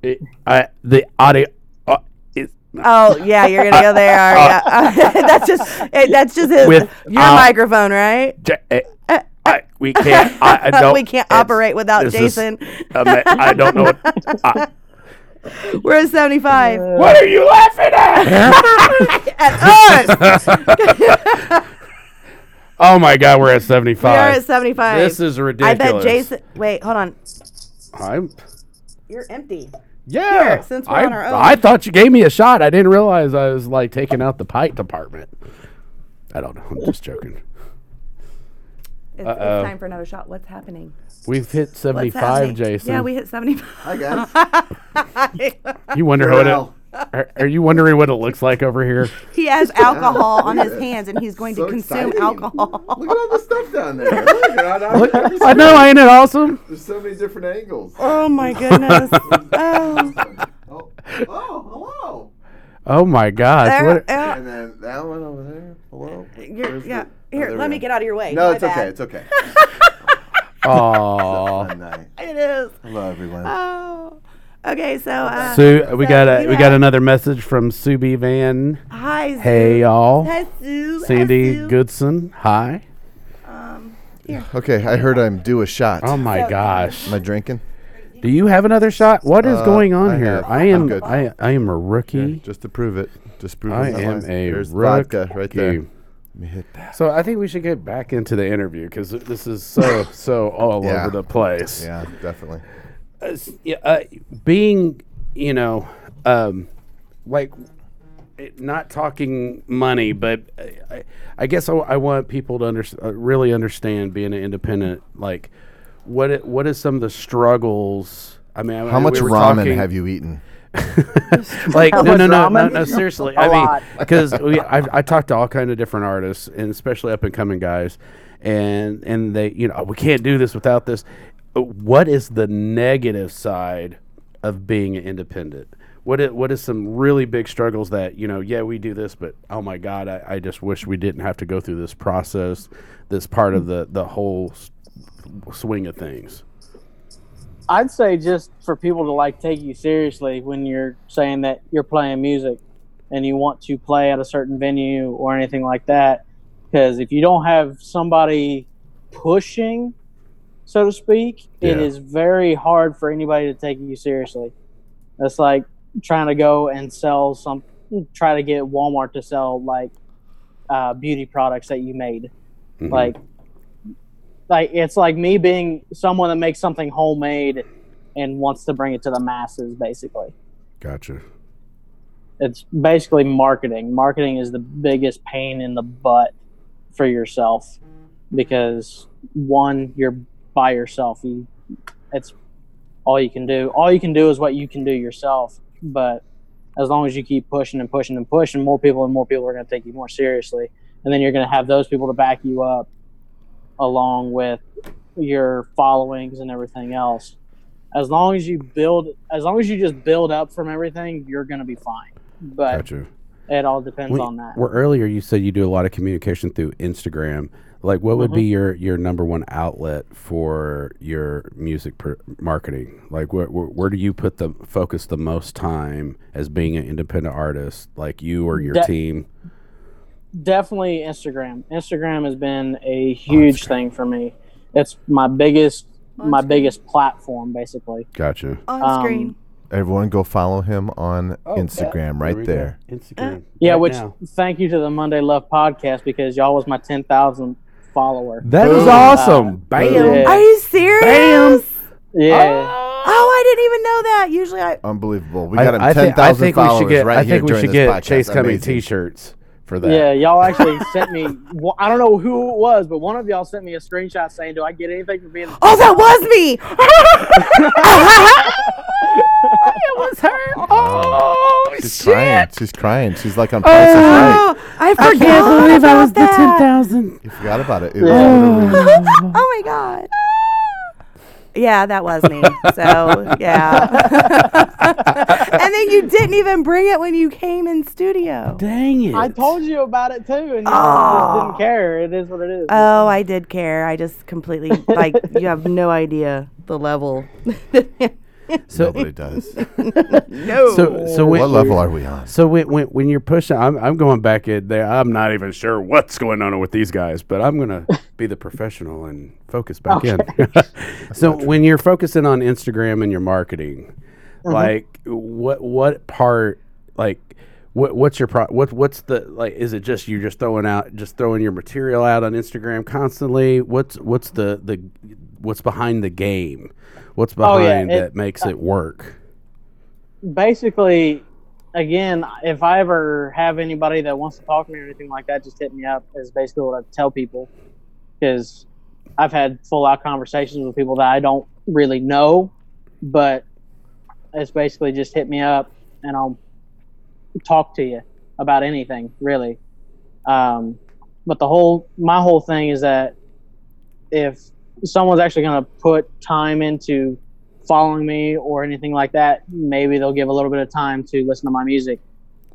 S1: it, I, the audio. Uh, is
S3: Oh yeah, you're gonna go there. Are ya? that's just it, that's just his,
S1: Uh, With,
S3: your
S1: uh,
S3: microphone, right?
S1: J- eh, I, we can't. I, I don't.
S3: Uh, we can't
S1: it's-
S3: operate without
S1: this is-
S3: Jason.
S1: I mean, I don't know. What,
S3: We're at 75
S1: what are you laughing at?
S3: at us.
S1: oh my God, we're at
S3: we
S1: 75.
S3: are at 75.
S1: This is
S3: I
S1: ridiculous.
S3: bet Jason. Wait, hold on.
S1: I'm,
S3: You're empty.
S1: yeah.
S3: Here, since we're
S1: I,
S3: on our own.
S1: I thought you gave me a shot. I didn't realize I was like taking out the pipe department. I don't know. I'm just joking.
S3: It's, it's
S1: Uh-oh.
S3: time for another shot. What's happening?
S1: We've hit
S3: What's
S1: 75,
S3: happening?
S1: Jason.
S3: Yeah, we hit 75.
S2: Hi guys.
S1: You wonder what it. Are, are you wondering what it looks like over here?
S3: he has alcohol on his hands, and he's going to consume alcohol.
S2: Look at all the stuff down there. Look at all-
S1: I know, ain't it awesome?
S2: There's so many different angles.
S3: Oh my goodness. Oh,
S2: Oh, oh, hello.
S1: Oh my gosh!
S3: there,
S1: What,
S3: uh,
S2: And then that one over there. Hello.
S3: you're-
S2: Where's
S3: yeah.
S2: the- oh,
S3: Here,
S2: there we
S3: let
S2: go.
S3: me get out of your way.
S2: No,
S3: My
S2: it's
S3: bad.
S2: okay. It's okay.
S1: oh,
S2: Fun night.
S3: It is.
S2: Hello, everyone.
S3: Oh. Okay, so uh,
S1: Sue, we
S3: So,
S1: got a
S3: you
S1: we
S3: have-
S1: got another message from Subi Van.
S3: hi. Sue.
S1: Hey y'all,
S3: Hi, Sue. Hi,
S1: Sandy
S3: Sue.
S1: Goodson. Hi.
S2: Okay, I heard I'm due a shot.
S1: Oh my gosh!
S2: Am I drinking?
S1: Do you have another shot? What is
S2: Uh,
S1: going on
S2: I
S1: here?
S2: have.
S1: I
S2: I'm
S1: am
S2: good.
S1: I I am a rookie.
S2: Just to prove it. Just prove
S1: I
S2: it.
S1: am a
S2: There's
S1: rookie.
S2: vodka right there. Let me hit that.
S1: So I think we should get back into the interview because this is so so all
S2: Yeah.
S1: over the place.
S2: Yeah, definitely.
S1: s- yeah, uh, being, you know, um, like it, not talking money, but eh, I, I- I guess I, I want people to under, uh, really understand being an independent. Like, what it, what is some of the struggles? I mean,
S2: How much ramen have you eaten?
S1: like no, no,
S6: much
S1: no, no,
S6: ramen?
S1: no, seriously.
S6: A
S1: I mean,
S6: lot.
S1: because I I talked to all kind of different artists, and especially up and coming guys, and and they, you know, "Oh, we can't do this without this. Uh, What is the negative side of being an independent? What is, what is some really big struggles that you know? Yeah, we do this, but oh my god, I, I just wish we didn't have to go through this process, this part of the the whole s- swing of things.
S6: I'd say just for people to like take you seriously when you're saying that you're playing music and you want to play at a certain venue or anything like that. Because if you don't have somebody pushing, so to speak, it
S1: Yeah.
S6: is very hard for anybody to take you seriously. That's like trying to go and sell some, try to get Walmart to sell like uh, beauty products that you made
S1: Mhm.
S6: like like it's like me being someone that makes something homemade and wants to bring it to the masses basically
S1: gotcha.
S6: it's basically marketing marketing is the biggest pain in the butt for yourself because one you're by yourself you it's all you can do all you can do is what you can do yourself but as long as you keep pushing and pushing and pushing more people and more people are going to take you more seriously and then you're going to have those people to back you up along with your followings and everything else as long as you build as long as you just build up from everything you're going to be fine but
S1: Gotcha.
S6: it all depends
S1: Well,
S6: on that
S1: Where earlier you said you do a lot of communication through Instagram. Like, what would be
S6: Mm-hmm.
S1: your your number one outlet for your music pr- marketing? Like, where, where where do you put the focus the most time as being an independent artist, like you or your
S6: That-
S1: team?
S6: definitely Instagram. Instagram has been a huge thing for me. It's my biggest my biggest platform basically.
S1: Gotcha.
S3: On
S6: Um,
S3: screen.
S2: Everyone go follow him on
S1: Oh,
S2: Instagram right there.
S1: Instagram.
S6: Yeah, which thank you to the Monday Love podcast because y'all was my 10,000 follower.
S1: that is
S6: Boom.
S1: awesome.
S6: Uh,
S1: Bam.
S6: yeah.
S3: Are you serious?
S6: Yeah.
S3: Oh, I didn't even know that. Usually, I
S2: Unbelievable. We
S1: I-
S2: got him
S1: I
S2: ten
S1: think- I
S2: thousand
S1: think we should
S2: followers
S1: get-
S2: right
S1: I
S2: here
S1: think we
S2: during
S1: should
S2: this
S1: get
S2: podcast.
S1: Chase Cumming
S2: Amazing.
S1: T-shirts for
S3: Oh.
S1: that.
S6: Yeah, y'all actually sent me. Well, I don't know who it was, but one of y'all sent me a screenshot saying, "Do I get anything for being?"
S3: oh, that was me. it was her. Oh,
S2: She's crying. She's crying. She's like on Price is Right.
S3: I forgot. about that.
S1: thousand.
S2: You forgot about it. It was literally-
S3: oh my god. Yeah, that was me. So yeah. and then you didn't even bring it when you came in studio.
S1: Dang it!
S6: I told you about it too, and you
S3: Oh.
S6: just didn't care. It is what it is.
S3: Oh, I did care. I just completely like you have no idea the level.
S2: Nobody does.
S3: no.
S1: so. So when,
S2: what level are we on?
S1: So when, when when you're pushing, I'm I'm going back in there. I'm not even sure what's going on with these guys, but I'm gonna be the professional and focus back in. so when you're focusing on Instagram and your marketing,
S6: Mm-hmm.
S1: like what what part like what what's your pro what what's the like is it just you just throwing out just throwing your material out on Instagram constantly? What's what's the the what's behind the game? What's
S6: Oh,
S1: behind
S6: yeah, it- uh,
S1: that makes it work?
S6: basically, again, if I ever have anybody that wants to talk to me or anything like that, just hit me up. Is basically what I tell people, because I've had full out conversations with people that I don't really know, but it's basically just hit me up and I'll talk to you about anything really. Um, but the whole my whole thing is that if someone's actually going to put time into following me or anything like that, maybe they'll give a little bit of time to listen to my music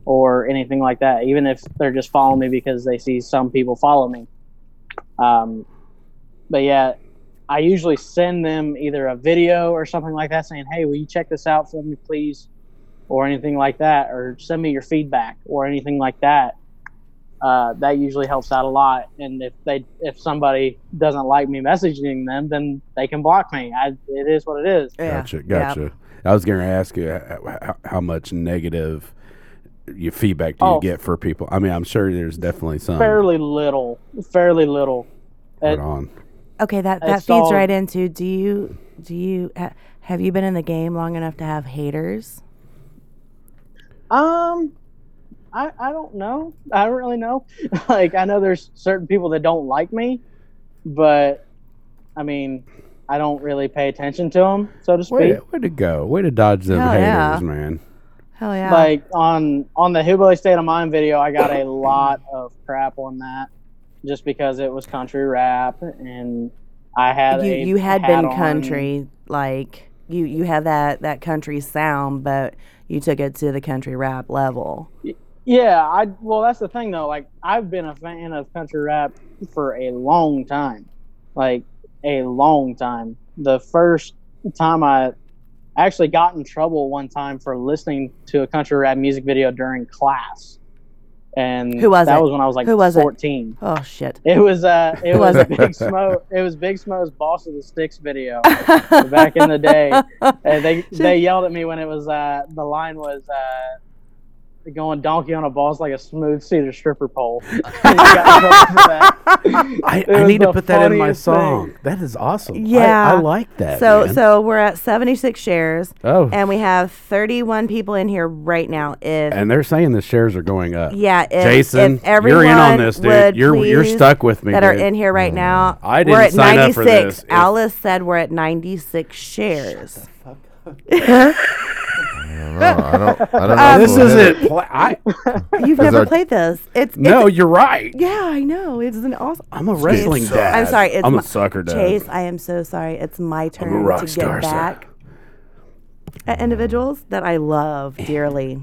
S6: or anything like that, even if they're just following me because they see some people follow me. Um, but yeah, I usually send them either a video or something like that saying, hey, will you check this out for me, please? Or anything like that, or send me your feedback or anything like that. Uh, that usually helps out a lot. And if they, if somebody doesn't like me messaging them, then they can block me. I, it is what it is.
S3: Yeah.
S1: Gotcha,
S3: Yeah.
S1: gotcha. I was going to ask you how, how, how much negative your feedback do
S6: Oh.
S1: you get for people? I mean, I'm sure there's definitely some.
S6: fairly little, fairly little.
S1: Right
S6: Uh,
S1: on.
S3: Okay, that
S6: I
S3: that feeds
S6: saw-
S3: right into do you do you ha- have you been in the game long enough to have haters?
S6: Um, I I don't know. I don't really know. like I know there's certain people that don't like me, but I mean, I don't really pay attention to them, so to speak.
S1: Way, to- way to go. Way to dodge them
S3: Hell
S1: haters,
S3: yeah.
S1: man.
S3: Hell yeah.
S6: Like on on the Hubble State of Mind video, I got a lot of crap on that, just because it was country rap and I had
S3: you
S6: a
S3: you had
S6: hat
S3: been
S6: on.
S3: country like you you had that that country sound but you took it to the country rap level
S6: Yeah, I well, that's the thing though. Like, I've been a fan of country rap for a long time, like a long time. The first time I actually got in trouble one time for listening to a country rap music video during class, and
S3: Who was
S6: that
S3: it?
S6: was when I was like
S3: Who was it?
S6: fourteen.
S3: oh shit
S6: It was uh, it
S3: Who
S6: was
S3: was it?
S6: Big Smoke. It was Big Smoke's "Boss of the Sticks" video back in the day. And they they yelled at me when it was uh the line was uh going donkey on a ball's like a smooth cedar stripper pole. And I got in trouble for that.
S1: I,
S6: It
S1: I
S6: was
S1: need to
S6: the
S1: put that in my
S6: funniest thing.
S1: song. That is awesome. I-
S3: Yeah.
S1: I, like that.
S3: so
S1: man.
S3: so we're at 76 shares
S1: oh, and,
S3: and we have 31 people in here right now if
S1: they're saying the shares are going up.
S3: yeah if,
S1: Jason,
S3: if everyone
S1: you're in on this, dude.
S3: would
S1: You're you're
S3: please
S1: stuck with me.
S3: that are
S1: dude.
S3: in here right
S6: Mm.
S3: now
S1: I
S3: we're
S1: didn't
S3: at
S1: sign up
S3: 96
S1: for this. If-
S3: alice said we're at 96 shares
S2: No, I don't. I don't know. if
S1: Uh, Oh, This
S2: we'll hit it.
S1: isn't. Pla- I
S3: you've never
S2: our-
S3: played this it's
S1: no, you're right.
S3: Yeah, I know. It's an awesome.
S1: I'm a wrestling
S3: Chase,
S1: dad.
S3: I'm sorry. It's
S1: I'm
S3: my,
S1: a sucker dad.
S3: Chase, I am so sorry. It's my turn
S1: rock
S3: to
S1: star,
S3: get
S1: sir.
S3: back at individuals that I love dearly.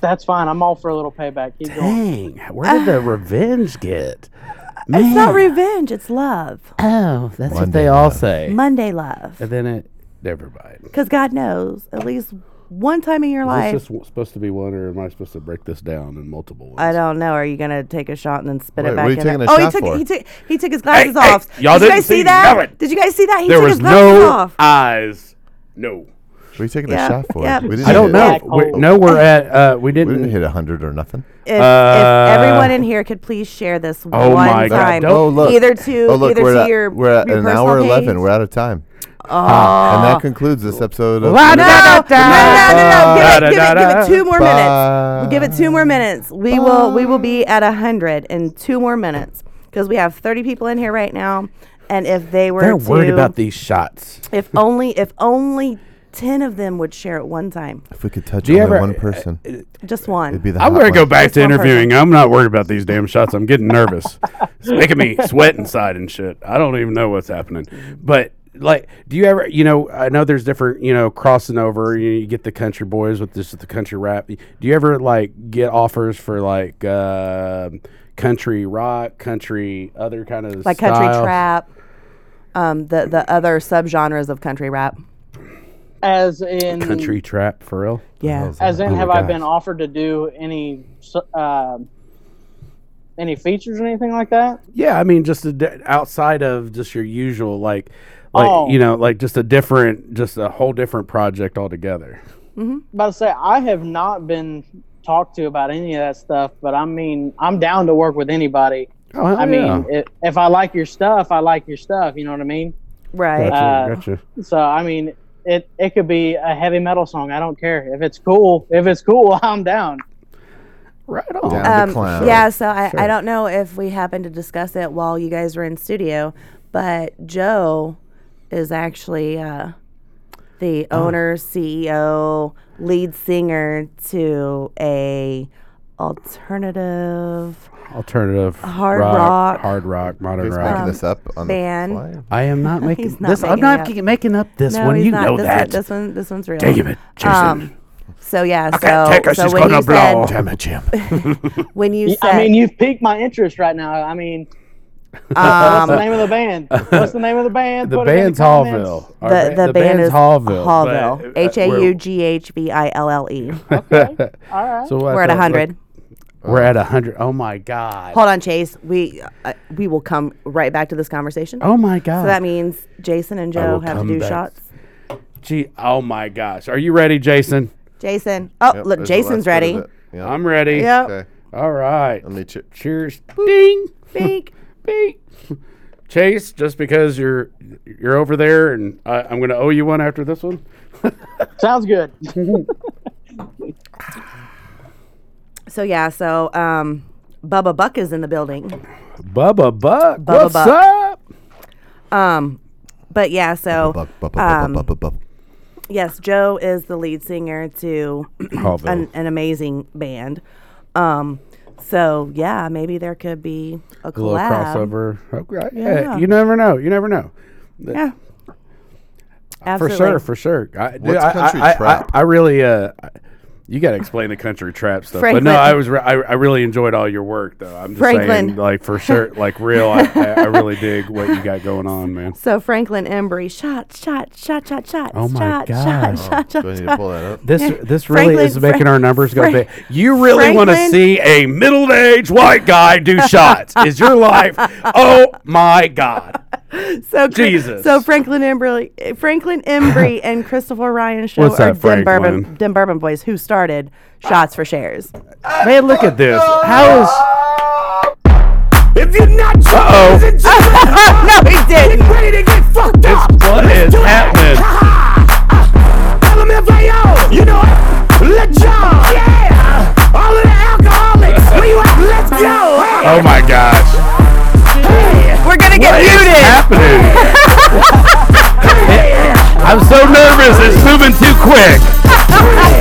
S6: That's fine. I'm all for a little payback. Keep going.
S1: Dang, where did the revenge get?
S3: It's not revenge. It's love.
S1: Oh, that's what
S2: Monday
S1: they all say.
S3: Monday love.
S1: And then it. Never mind.
S3: Because God knows, at least one time in your
S10: Is
S3: life.
S10: this just supposed to be one, or am I supposed to break this down in multiple ones?
S3: I don't know. Are you gonna take a shot and then spit
S2: Wait, what
S3: it back
S2: are you
S3: in?
S2: taking
S3: there?
S2: a
S3: oh,
S2: shot
S3: he took
S2: for?
S3: he took he took his glasses
S1: hey,
S3: off.
S1: y'all
S3: Did you
S1: didn't
S3: guys see,
S1: see
S3: that?
S1: nothing.
S3: Did you guys see that? He
S1: There
S3: took
S1: was
S3: his glasses
S1: no
S3: off.
S1: eyes. No.
S2: We're taking
S3: Yeah,
S2: a shot for
S3: yeah.
S2: it. We didn't
S1: I don't
S2: hit it.
S1: know.
S6: Black
S1: We're,
S6: hole.
S1: no, we're at. Uh, we
S2: We didn't
S1: didn't.
S2: hit hundred or nothing.
S3: If,
S1: Uh,
S3: if everyone in here could please share this one
S1: Oh my God,
S3: time,
S1: don't-
S2: Oh, look.
S3: either to
S2: oh look,
S3: either
S2: we're
S3: to
S2: at,
S3: your
S2: we're at
S3: your
S2: an
S3: personal
S2: hour
S3: page. Ah.
S2: eleven. We're out of time. and that concludes this episode of.
S3: No, no, no, no, no. Give it, give it, give it two more
S2: Bye.
S3: minutes. Give it two more minutes. We will, we will be at a hundred in two more minutes because we have thirty people in here right now, and if they were
S1: They're
S3: to,
S1: worried about these shots.
S3: if only, if only ten of them would share at one time,
S2: If we could touch
S1: you
S2: only
S1: ever- uh,
S2: one person,
S3: just one.
S2: it'd be the.
S1: I'm gonna
S2: hotline.
S1: go back
S3: Just
S1: to
S3: one person.
S1: interviewing. I'm not worried about these damn shots. I'm getting nervous. it's making me sweat inside and shit. I don't even know what's happening. But like, do you ever? You know, I know there's different. You know, crossing over. You, you get the country boys with this the country rap. Do you ever like get offers for like uh, country rock, country other kind of
S3: like country
S1: styles?
S3: trap, um, the the other subgenres of country rap.
S6: As in
S1: country trap for real?
S3: Yeah,
S6: As in,
S1: Oh my
S6: have I been
S1: gosh.
S6: offered to do any so- uh, any features or anything like that?
S1: Yeah, I mean, just a di- outside of just your usual, like, like
S6: Oh.
S1: you know, like just a different, just a whole different project altogether.
S6: About to say, I have not been talked to about any of that stuff, but I mean, I'm down to work with anybody.
S1: Oh,
S6: I mean, if, if I like your stuff, I like your stuff. You know what I mean?
S3: right.
S6: Uh,
S1: gotcha.
S6: So I mean, it it could be a heavy metal song. I don't care if it's cool. If it's cool, I'm down.
S1: Right on.
S2: Down to
S3: Um,
S2: clown.
S3: yeah, so I, I don't know if we happened to discuss it while you guys were in studio, but Joe is actually uh, the
S1: Oh.
S3: owner, CEO, lead singer to a alternative
S1: Alternative
S3: Hard rock.
S1: hard rock, modern
S2: He's
S1: rock.
S2: making
S3: um,
S2: this up on
S3: band.
S2: the fly.
S1: I am not making
S3: not
S1: this. I'm
S3: making
S1: not
S3: it
S1: ge- making up this
S3: No,
S1: one.
S3: he's
S1: You
S3: not.
S1: know
S3: this
S1: that.
S3: One, this one, this one's real. Um,
S1: Damn it, Jason.
S3: so yeah, so
S1: Can't take us.
S3: so
S1: She's
S3: when
S1: gonna
S3: you
S1: blow.
S3: said
S1: Damn it, Jim.
S3: when you said
S6: I mean, you've piqued my interest right now. I mean,
S3: um,
S6: what's the name of the band? What's the name of the band?
S1: The
S6: Put it in
S1: band's
S6: comments.
S1: Hallville. Our
S3: the,
S1: ba-
S3: the, band
S1: band's
S3: is
S1: Hallville.
S3: Hallville, H
S1: but, uh,
S3: A
S1: we're-
S3: U G H V I L L E.
S6: All right.
S1: So
S3: We're at hundred.
S1: We're at hundred. Oh my god.
S3: Hold on, Chase. We uh, we will come right back to this conversation.
S1: Oh my god.
S3: So that means Jason and Joe
S1: will
S3: have to
S1: come
S3: do
S1: back.
S3: shots.
S1: Gee, oh my gosh. Are you ready, Jason?
S3: Jason. Oh,
S2: Yep,
S3: look,
S2: there's the last
S3: Jason's
S2: bit of
S3: ready. Um,
S2: it. Yep.
S1: I'm ready.
S3: Yep.
S2: Okay.
S1: All right.
S2: Let me check.
S1: Cheers. Ding.
S3: Bink.
S1: Beep. Chase, just because you're you're over there and I, I'm going to owe you one after this one.
S6: Sounds good.
S3: So yeah, so um, Bubba Buck is in the building.
S1: Bubba Buck.
S3: Bubba
S1: what's
S3: Buck.
S1: up?
S3: Um, but yeah, so
S2: Bup, bup, bup, bup,
S3: um,
S2: bup, bup, bup.
S3: yes, Joe is the lead singer to an, an amazing band. Um, so yeah, maybe there could be a collab.
S1: A little crossover. Okay. Yeah.
S3: Yeah.
S1: You never know. You never know.
S3: Yeah.
S1: For
S3: Absolutely.
S1: sure. For sure. I, dude,
S2: What's
S1: I-
S2: country
S1: I, I-
S2: trap?
S1: I, I really. Uh, I- you got to explain the country trap stuff, but no,
S3: Franklin.
S1: I was re- I, I really enjoyed all your work though. I'm just saying,
S3: Franklin.
S1: like for sure, like real, I, I, I really dig what you got going on, man.
S3: So Franklin Embry, shot, shot, shot, shot, shot,
S1: Oh my
S3: shot,
S1: God.
S3: shot, shot,
S1: Oh,
S3: shot,
S2: Do I need to
S3: shot.
S2: pull that up?
S1: This this really
S3: Franklin-
S1: is making our numbers go
S3: Frank-
S1: big. You really want to
S3: Franklin-
S1: see a middle aged white guy do shots? is your life? Oh my God!
S3: So Cr-
S1: Jesus.
S3: So Franklin Embry, Franklin Embry, and Christopher Ryan show
S1: What's that,
S3: are Dim
S1: Franklin?
S3: Bourbon, Dim Bourbon Boys, who started Shots for Shares.
S1: Man, look at this. How is? If you're not oh
S3: no, he didn't.
S11: Ready to get fucked up.
S1: what is happening?
S11: LMFAO, you know it. Let go. Yeah. All of the alcoholics, where you at? Let's go. Hey.
S1: Oh my gosh!
S3: We're gonna get muted.
S1: Happening. I'm so nervous. It's moving too quick.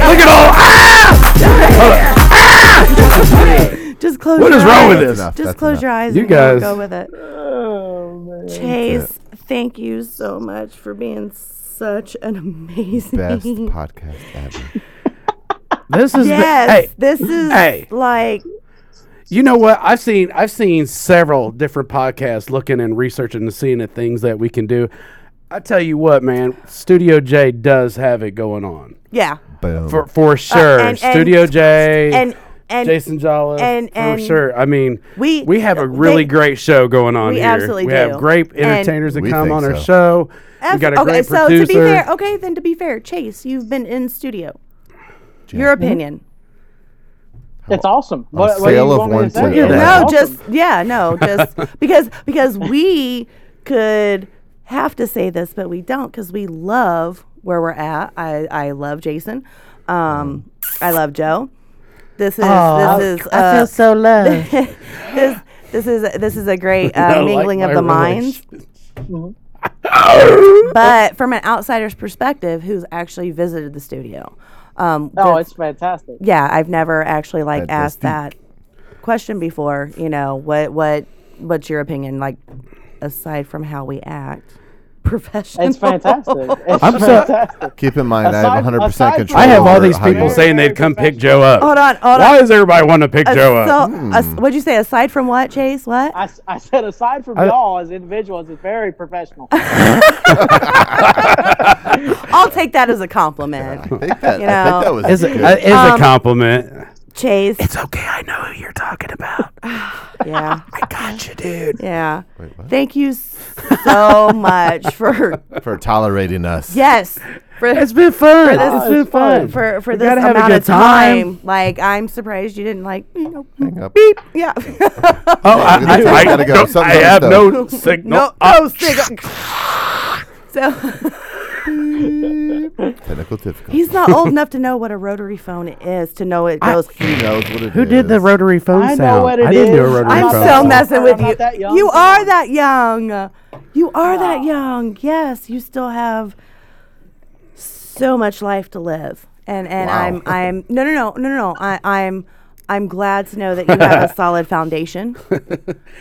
S1: Look at all. Ah!
S3: Just close.
S1: What
S3: your
S1: is wrong
S3: eyes.
S1: with
S2: That's
S1: this?
S2: enough,
S3: Just
S2: that's
S3: close
S2: enough.
S3: your eyes.
S1: You
S3: and we'll
S1: guys.
S3: go with it.
S1: Oh,
S3: Chase, thank you so much for being such an
S2: Best
S3: amazing.
S2: podcast ever.
S1: This is
S3: Yes,
S1: hey.
S3: this is
S1: Hey.
S3: like
S1: You know what? I've seen I've seen several different podcasts looking and researching and seeing at things that we can do. I tell you what, man, Studio J does have it going on
S3: yeah, Uh,
S2: Boom.
S1: for for sure.
S3: and-
S1: Studio J
S3: and and
S1: Jason Jolla
S3: and-
S1: for
S3: and
S1: sure. I mean,
S3: we-
S1: we have a really
S3: they-
S1: great show going on
S3: we
S1: here.
S3: absolutely
S1: we
S3: do.
S1: have great
S3: And-
S1: entertainers that
S2: We
S1: come
S2: think
S1: on our
S2: so.
S1: show. We got a
S3: okay,
S1: great
S3: so
S1: producer.
S3: to be fair, oh, okay, then to be fair, Chase, you've been in studio. Your opinion.
S6: It's awesome. What, what do you
S2: scale of
S6: want me
S2: one
S6: to say?
S2: to-
S6: It's
S3: No,
S6: awesome.
S3: just yeah, no, just because because we could have to say this, but we don't because we love where we're at. I, I love Jason. Um, I love Joe. This is this is uh,
S12: so low.
S3: this this is this is a great uh, mingling of the minds. but from an outsider's perspective, who's actually visited the studio, um,
S6: Oh,
S3: that's-
S6: it's fantastic.
S3: yeah, I've never actually like asked that
S2: Fantastic.
S3: question before. You know, what what what's your opinion? Like, aside from how we act, professional.
S6: It's fantastic. It's
S1: I'm so-
S6: fantastic.
S2: Keep in mind, I
S6: Aside-
S2: have 100
S6: aside
S2: percent
S6: from-
S2: control.
S1: I have all
S2: over
S1: these
S2: how you
S1: people
S2: look.
S1: saying they'd come pick Joe up.
S3: Hold on, hold
S1: Why
S3: on. Uh,
S1: does everybody want to pick Joe up?
S3: So, as- what'd you say? Aside from what, Chase? What?
S6: I, s- I said, aside from y'all as individuals, it's very professional. Oh,
S3: I'll take that as a compliment.
S2: I think that,
S3: You
S2: I
S3: know.
S2: think that was
S1: Is
S2: good.
S1: it, uh, is
S3: Um,
S1: a compliment.
S3: Chase.
S1: okay, I know who you're talking about.
S3: yeah.
S1: I got you, dude.
S3: Yeah.
S2: Wait, what?
S3: Thank you so much for
S2: for tolerating us.
S3: yes. For,
S9: It's been fun.
S3: this
S9: it's been fun.
S3: for, for
S9: We
S3: this
S9: gotta have a
S3: amount
S9: good
S3: of time. Like I'm surprised you didn't like you know
S2: Hang up.
S3: yeah.
S1: Oh, I,
S2: Look at that.
S1: I- I
S2: Gotta go.
S1: don't- I
S2: Something's
S1: have
S2: done.
S1: no signal.
S3: no
S1: Oh,
S3: no sig- So
S2: Technical difficulty.
S3: he's not old enough to know what a rotary phone is to know it goes.
S2: He knows what it
S9: Who did the
S2: is.
S9: rotary phone
S6: I know
S9: sound?
S6: what it
S9: I didn't do a
S6: is.
S9: rotary
S3: I, am
S9: phone.
S3: so
S9: sound.
S3: messing
S6: I'm
S3: with
S6: not
S3: you.
S6: that young,
S3: you
S6: come
S3: are
S6: on.
S3: that young. You are that young. Yes, you still have so much life to live. And and
S2: Wow.
S3: I'm I'm no no no no no I I'm I'm glad to know that you have a solid foundation.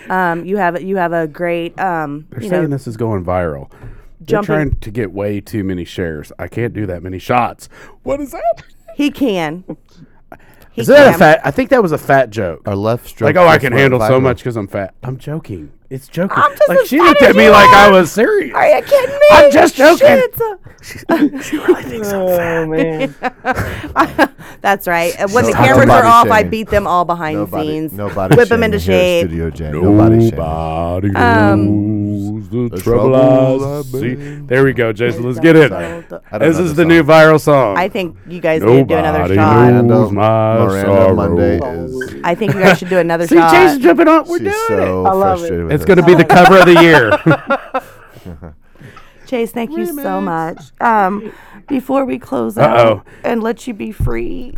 S3: Um, you have you have a great um, you
S1: They're
S3: know
S1: saying this is going viral. They're
S3: Jumping-
S1: trying to get way too many shares. I can't do that many shots. What is that?
S3: he can. He
S1: Is that
S3: can.
S1: a fat? I think that was a fat joke.
S2: Our left stroke.
S1: Like, oh, I
S2: left
S1: can
S2: right
S1: handle so
S2: viral.
S1: much because I'm fat. I'm joking. It's joking.
S3: I'm just
S1: like
S3: as
S1: she
S3: fat
S1: looked
S3: as
S1: at me
S3: you
S1: like I
S3: are.
S1: was serious.
S3: Are you kidding me?
S1: I'm just joking.
S3: Shit.
S6: oh, man.
S3: That's right. Uh, When
S2: No-
S3: the cameras are
S2: nobody
S3: off, I
S2: shaming.
S3: beat them all behind the
S2: Nobody,
S3: scenes.
S2: nobody
S3: Whip them
S2: shaming
S3: into
S2: here at
S3: shape.
S2: Studio J. Nobody
S1: Nobody
S2: shaming.
S1: knows the, trouble,
S2: trouble
S1: I
S2: I
S1: see.
S2: bear.
S1: There we go, Jason. Let's get it.
S2: I don't
S1: This
S2: know
S1: is
S2: the
S1: the new
S2: song.
S1: viral song.
S3: I think you guys
S1: Nobody
S3: need to do another shot.
S1: knows
S2: Miranda-
S1: my
S2: Miranda
S1: sorrow.
S2: Monday is.
S3: I think you guys should do another
S1: See,
S3: shot.
S1: Jason's jumping on. We're
S2: She's
S1: doing
S2: so
S6: I love it.
S2: frustrated with
S1: it. It's
S2: us.
S1: going to be the cover of the year.
S3: Chase, thank you so much. Um, before we close
S1: Uh-oh.
S3: out and let you be free,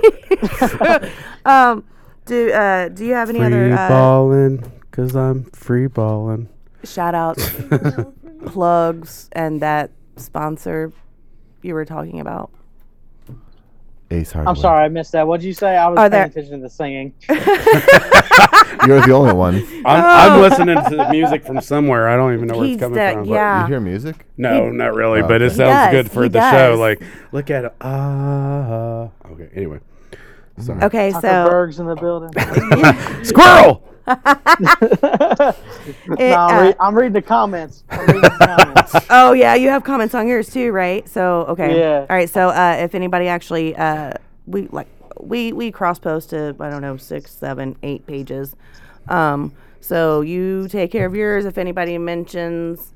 S3: um, do uh, do you have any other
S9: Free
S3: uh,
S9: balling, cause I'm free balling.
S3: shout outs, plugs, and that sponsor you were talking about?
S2: Ace Hardware.
S6: I'm sorry, I missed that. What'd you say? I was
S3: Are
S6: paying
S3: there-
S6: attention to the singing.
S2: You're the only one.
S1: I'm, I'm listening to the music from somewhere. I don't even know where
S3: Oh. He's
S1: it's coming
S3: the-
S1: from.
S3: yeah.
S2: You hear music?
S1: No, not really, but it
S2: okay.
S1: sounds
S3: He does,
S1: good for
S3: he
S1: the show.
S3: does.
S1: Like, look at it. Ah. okay, anyway. Sorry.
S3: Okay, so
S6: Berg's in the building.
S1: Squirrel!
S3: it,
S6: no, I'm,
S3: uh,
S6: re- I'm reading the comments. I'm reading the comments.
S3: oh yeah, you have comments on yours too, right? So okay,
S6: Yeah.
S3: all right. So uh, if anybody actually, uh, we like we we cross post to I don't know six, seven, eight pages. Um, so you take care of yours. If anybody mentions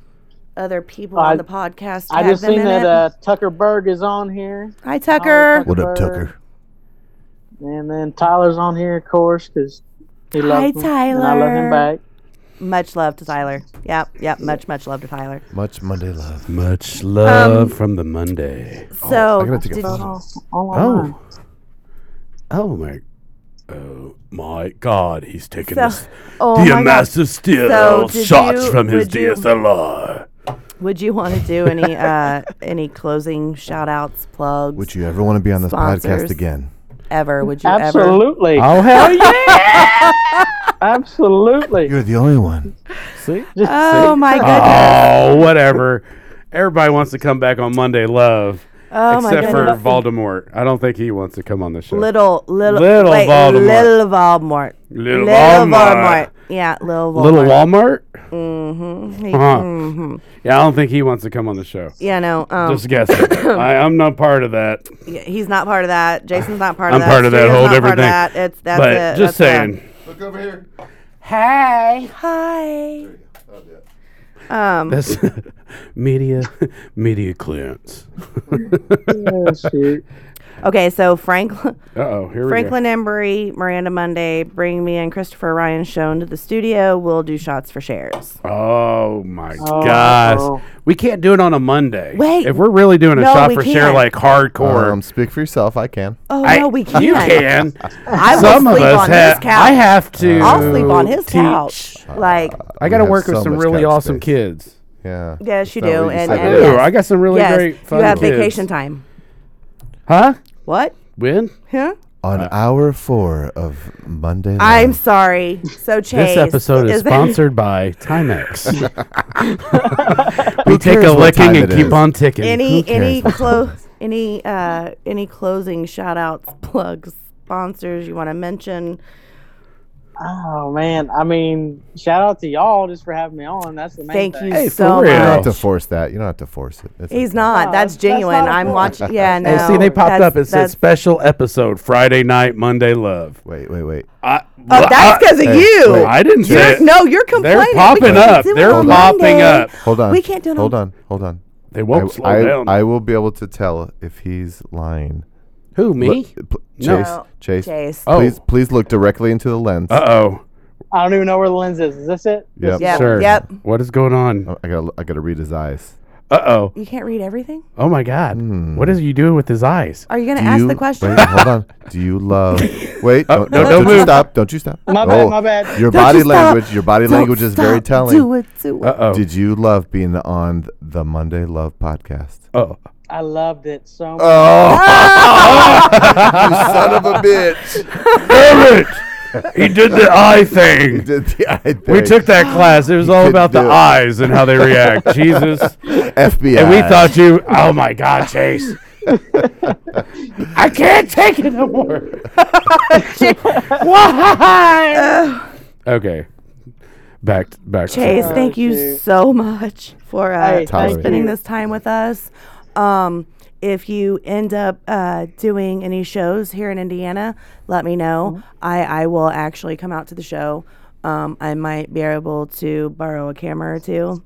S3: other people
S6: I-
S3: on the podcast,
S6: I
S3: tag
S6: just
S3: them
S6: seen
S3: in
S6: that
S3: it.
S6: uh, Tucker Berg is on here,
S3: Hi Tucker.
S6: What up, Tucker? and then Tyler's on here, of course, because he
S3: Hi,
S6: loves me, and I love
S3: Tyler.
S6: him back.
S3: Much love to Tyler. Yep, yep. Much much love to Tyler.
S2: Much Monday love.
S1: Much
S3: Um,
S1: love from the Monday.
S2: Oh, I
S3: so
S2: gotta take a
S3: did-
S2: photo.
S6: All online.
S1: Oh. Oh, my. Oh, my God. He's taking
S3: So-
S1: this.
S3: oh
S1: the
S3: my God.
S1: master steel
S3: So, did
S1: shots
S3: you-
S1: from his
S3: would you-
S1: DSLR.
S3: Would you want to do any uh, any closing shout outs, plugs,
S2: Would you ever want to be on this
S3: Sponsors.
S2: podcast again?
S3: ever? Would you ever?
S6: Absolutely.
S9: Oh hell yeah!
S6: Absolutely.
S2: You're the only one.
S3: Oh my goodness!
S1: Oh, whatever. Everybody wants to come back on Monday Love.
S3: Oh my
S1: except for
S3: goodness!
S1: Voldemort. I don't think he wants to come on the show.
S3: Little, little,
S1: Little
S3: wait,
S1: Voldemort.
S3: Little Voldemort.
S1: Little Voldemort.
S3: Yeah, little Voldemort.
S1: Little Walmart?
S3: Mm-hmm. He-
S1: Huh. Yeah, I don't think he wants to come on the show.
S3: Yeah, no. Um,
S1: Just guessing. I, I'm not part of that.
S3: y- he's not part of that. Jason's not part of
S1: I'm
S3: that.
S1: part of that
S3: Stu's
S1: whole
S3: not
S1: different
S3: part
S1: thing.
S3: Of that. It's that's
S1: but
S3: it.
S1: just
S3: that's
S1: saying.
S2: Look over here.
S3: it. Hi. Um.
S1: That's media media clearance.
S6: Oh, shoot.
S3: Okay, so Franklin.
S1: oh, here
S3: Franklin Embry, Miranda Monday, bring me and Christopher Ryan Schoen to the studio. We'll do shots for shares.
S1: we go. Oh my
S6: Oh.
S1: gosh, we can't do it on a Monday.
S3: Wait.
S1: if we're really doing a
S3: No,
S1: shot
S3: we
S1: for share
S3: can't.
S1: like hardcore,
S2: Um, speak for yourself. I can.
S3: Oh
S1: I-
S3: no, we can't.
S1: You can.
S3: I will
S1: Some of
S3: sleep
S1: us
S3: on
S1: have.
S3: his couch.
S1: I have to.
S3: I'll sleep on his
S1: teach.
S3: couch. Like
S1: I got to
S2: We have
S1: work with
S2: so
S1: some
S2: much
S1: really
S2: couch
S1: awesome
S2: space.
S1: kids.
S2: Yeah.
S3: yes, you
S2: That's not
S3: do,
S2: what you
S3: and,
S2: said
S3: and
S2: it is.
S1: Ooh, I got some really
S3: yes,
S1: great. Fun
S3: you have
S1: kids.
S3: vacation time.
S1: huh?
S3: What?
S1: When?
S3: Huh?
S2: On hour four of Monday.
S3: I'm
S2: Live.
S3: sorry. So
S1: This
S3: Chase,
S1: episode is,
S3: is there-
S1: sponsored by Timex. we
S2: Who
S1: take
S2: cares
S1: a
S2: what
S1: licking
S2: time
S1: and
S2: it
S1: keep
S2: is?
S1: on ticking.
S3: any any
S2: cares?
S3: close any uh any closing shout outs, plugs, sponsors you want to mention?
S6: Oh man, I mean, shout out to y'all just for having me on. That's the main
S3: Thank
S6: thing.
S3: you
S1: Hey, for
S3: so
S1: real.
S2: You don't
S3: much.
S2: have to force that. You don't have to force it. It's
S3: He's
S2: okay.
S3: not.
S6: Oh,
S3: that's
S6: that's
S3: genuine.
S6: not a
S3: I'm
S6: point.
S3: watching. Yeah, no.
S1: Hey, Oh, see, they popped
S3: that's-
S1: up. It said
S3: that's-
S1: special episode Friday night, Monday love.
S2: Wait, wait, wait.
S1: I,
S3: Oh, that's because of
S2: Hey,
S3: you.
S2: wait.
S1: I didn't say
S3: You're-
S1: it.
S3: no, you're complaining. We
S1: popping
S3: can't
S1: up.
S3: do it
S1: They're
S3: on
S1: popping
S3: Monday.
S1: up.
S2: Hold on.
S3: We can't do it.
S2: Hold
S3: on.
S2: on. Hold on.
S1: They won't
S2: I,
S1: slow
S2: I,
S1: down.
S2: I will be able to tell if he's lying.
S1: Who
S2: Look-
S1: me?
S2: p-
S1: No.
S2: Chase, Chase,
S3: Chase.
S1: Oh,
S2: Please, please look directly into the lens.
S1: Uh oh.
S6: I don't even know where the lens is. Is this it?
S2: Yep.
S3: Yep.
S1: Sure.
S3: Yep.
S1: What is going on?
S2: Oh, I gotta, I gotta read his eyes.
S1: Uh oh.
S3: You can't read everything.
S1: Oh my God. What is you doing with his eyes?
S3: Are you going
S2: Do
S3: to ask
S2: you-
S3: the question?
S2: Wait, hold on. Do you love? Wait,
S1: Oh,
S2: don't,
S1: no,
S2: don't,
S1: don't
S2: you
S1: move.
S2: stop! Don't you stop!
S6: My bad, my bad.
S2: Your
S3: Don't
S2: body
S3: you stop.
S2: language, your body
S3: Don't
S2: language is very
S3: stop.
S2: telling.
S3: Do it. Do it.
S1: Uh oh.
S2: Did you love being on the Monday Love podcast?
S1: Oh.
S6: I loved it so much.
S2: Oh, you son of a bitch!
S1: Damn it! He did the eye thing.
S2: You did the eye
S1: We
S2: thing.
S1: took that class. It was all
S2: couldn't
S1: about the
S2: do it.
S1: eyes and how they react. Jesus.
S2: FBI,
S1: And we thought you, oh my God, Chase. I can't take it no more. Okay. Back back
S3: Chase,
S1: to
S3: thank you
S6: shoot.
S3: so much for uh,
S6: Hey,
S3: for
S2: thank
S3: spending
S6: you.
S3: this time with us. Um, if you end up uh, doing any shows here in Indiana, let me know.
S2: Mm-hmm.
S3: I, I will actually come out to the show. Um, I might be able to borrow a camera or two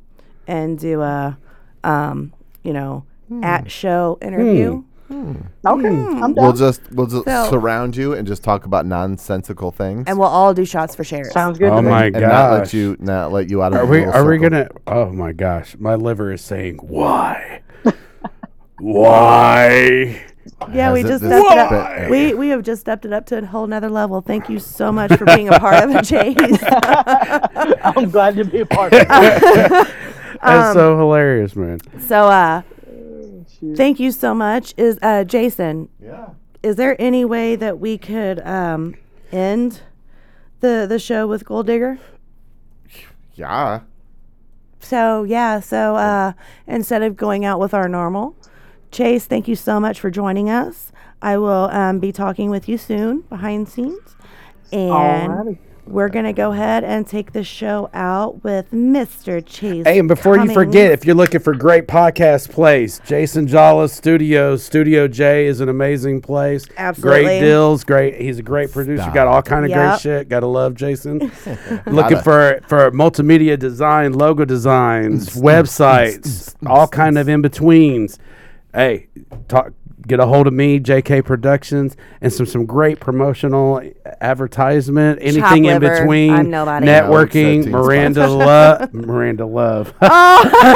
S3: and do a, um, you know,
S2: Hmm.
S3: at show interview.
S6: Okay,
S3: Hmm.
S6: I'm done.
S2: we'll just we'll just
S3: So-
S2: surround you and just talk about nonsensical things.
S3: And we'll all do shots for shares.
S6: Sounds good.
S1: Oh
S6: to me.
S1: my
S2: and not
S1: gosh.
S2: let you not let you out of
S1: Are
S2: the
S1: we
S2: little
S1: are we
S2: circle.
S1: gonna oh my gosh, my liver is saying why? Why?
S3: Yeah, we
S2: Has it-
S3: just
S2: this
S3: stepped it
S2: has
S3: up.
S2: been-
S3: We, we have just stepped it up to a whole nother level. Thank you so much for being a part of it, Chase.
S6: I'm glad to be a part of it.
S1: That's so hilarious, man.
S3: So uh thank you so much. Is uh Jason,
S2: Yeah.
S3: is there any way that we could um end the the show with Gold Digger?
S2: Yeah.
S3: So yeah, so uh instead of going out with our normal, Chase, thank you so much for joining us. I will um, be talking with you soon behind scenes. And
S6: Alrighty.
S3: we're gonna go ahead and take the show out with Mr. Chase.
S1: Hey, and before you forget,
S3: Cummings.
S1: if you're looking for great podcast place, Jason Jala Studios, Studio J is an amazing place.
S3: Absolutely.
S1: Great deals, great. He's a great producer. Got all kind of
S3: Yep.
S1: great shit. Got to love Jason. looking for for multimedia design, logo designs, websites, all kind of in-betweens. Hey, talk get a hold of me, JK Productions, and some some great promotional advertisement, anything in
S3: liver.
S1: between.
S3: I'm nobody.
S1: Networking,
S2: Yeah,
S1: Miranda Love, Miranda Love.
S3: Oh.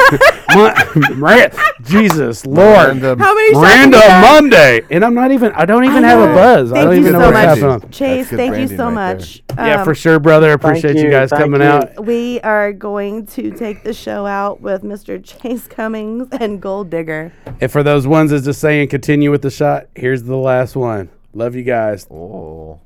S1: Mon- Miranda, Jesus Lord,
S2: And, um,
S3: How many shots have
S1: Miranda
S3: you done?
S1: Monday, and I'm not even. I don't even
S3: I
S1: have a
S3: know.
S1: buzz. I don't
S3: Thank you
S1: even know
S3: so
S1: what's
S3: much,
S2: branding.
S1: happening.
S3: Chase.
S2: That's good
S3: Thank you
S2: branding
S3: so
S2: right
S3: much.
S1: yeah,
S3: Um,
S1: for sure, brother. Appreciate you,
S6: you,
S1: guys
S6: thank
S1: coming
S6: you.
S1: out.
S3: We are going to take the show out with Mr. Chase Cummings and Gold Digger.
S1: And for those ones that's just saying, continue with the shot. Here's the last one. Love you guys.
S2: Oh.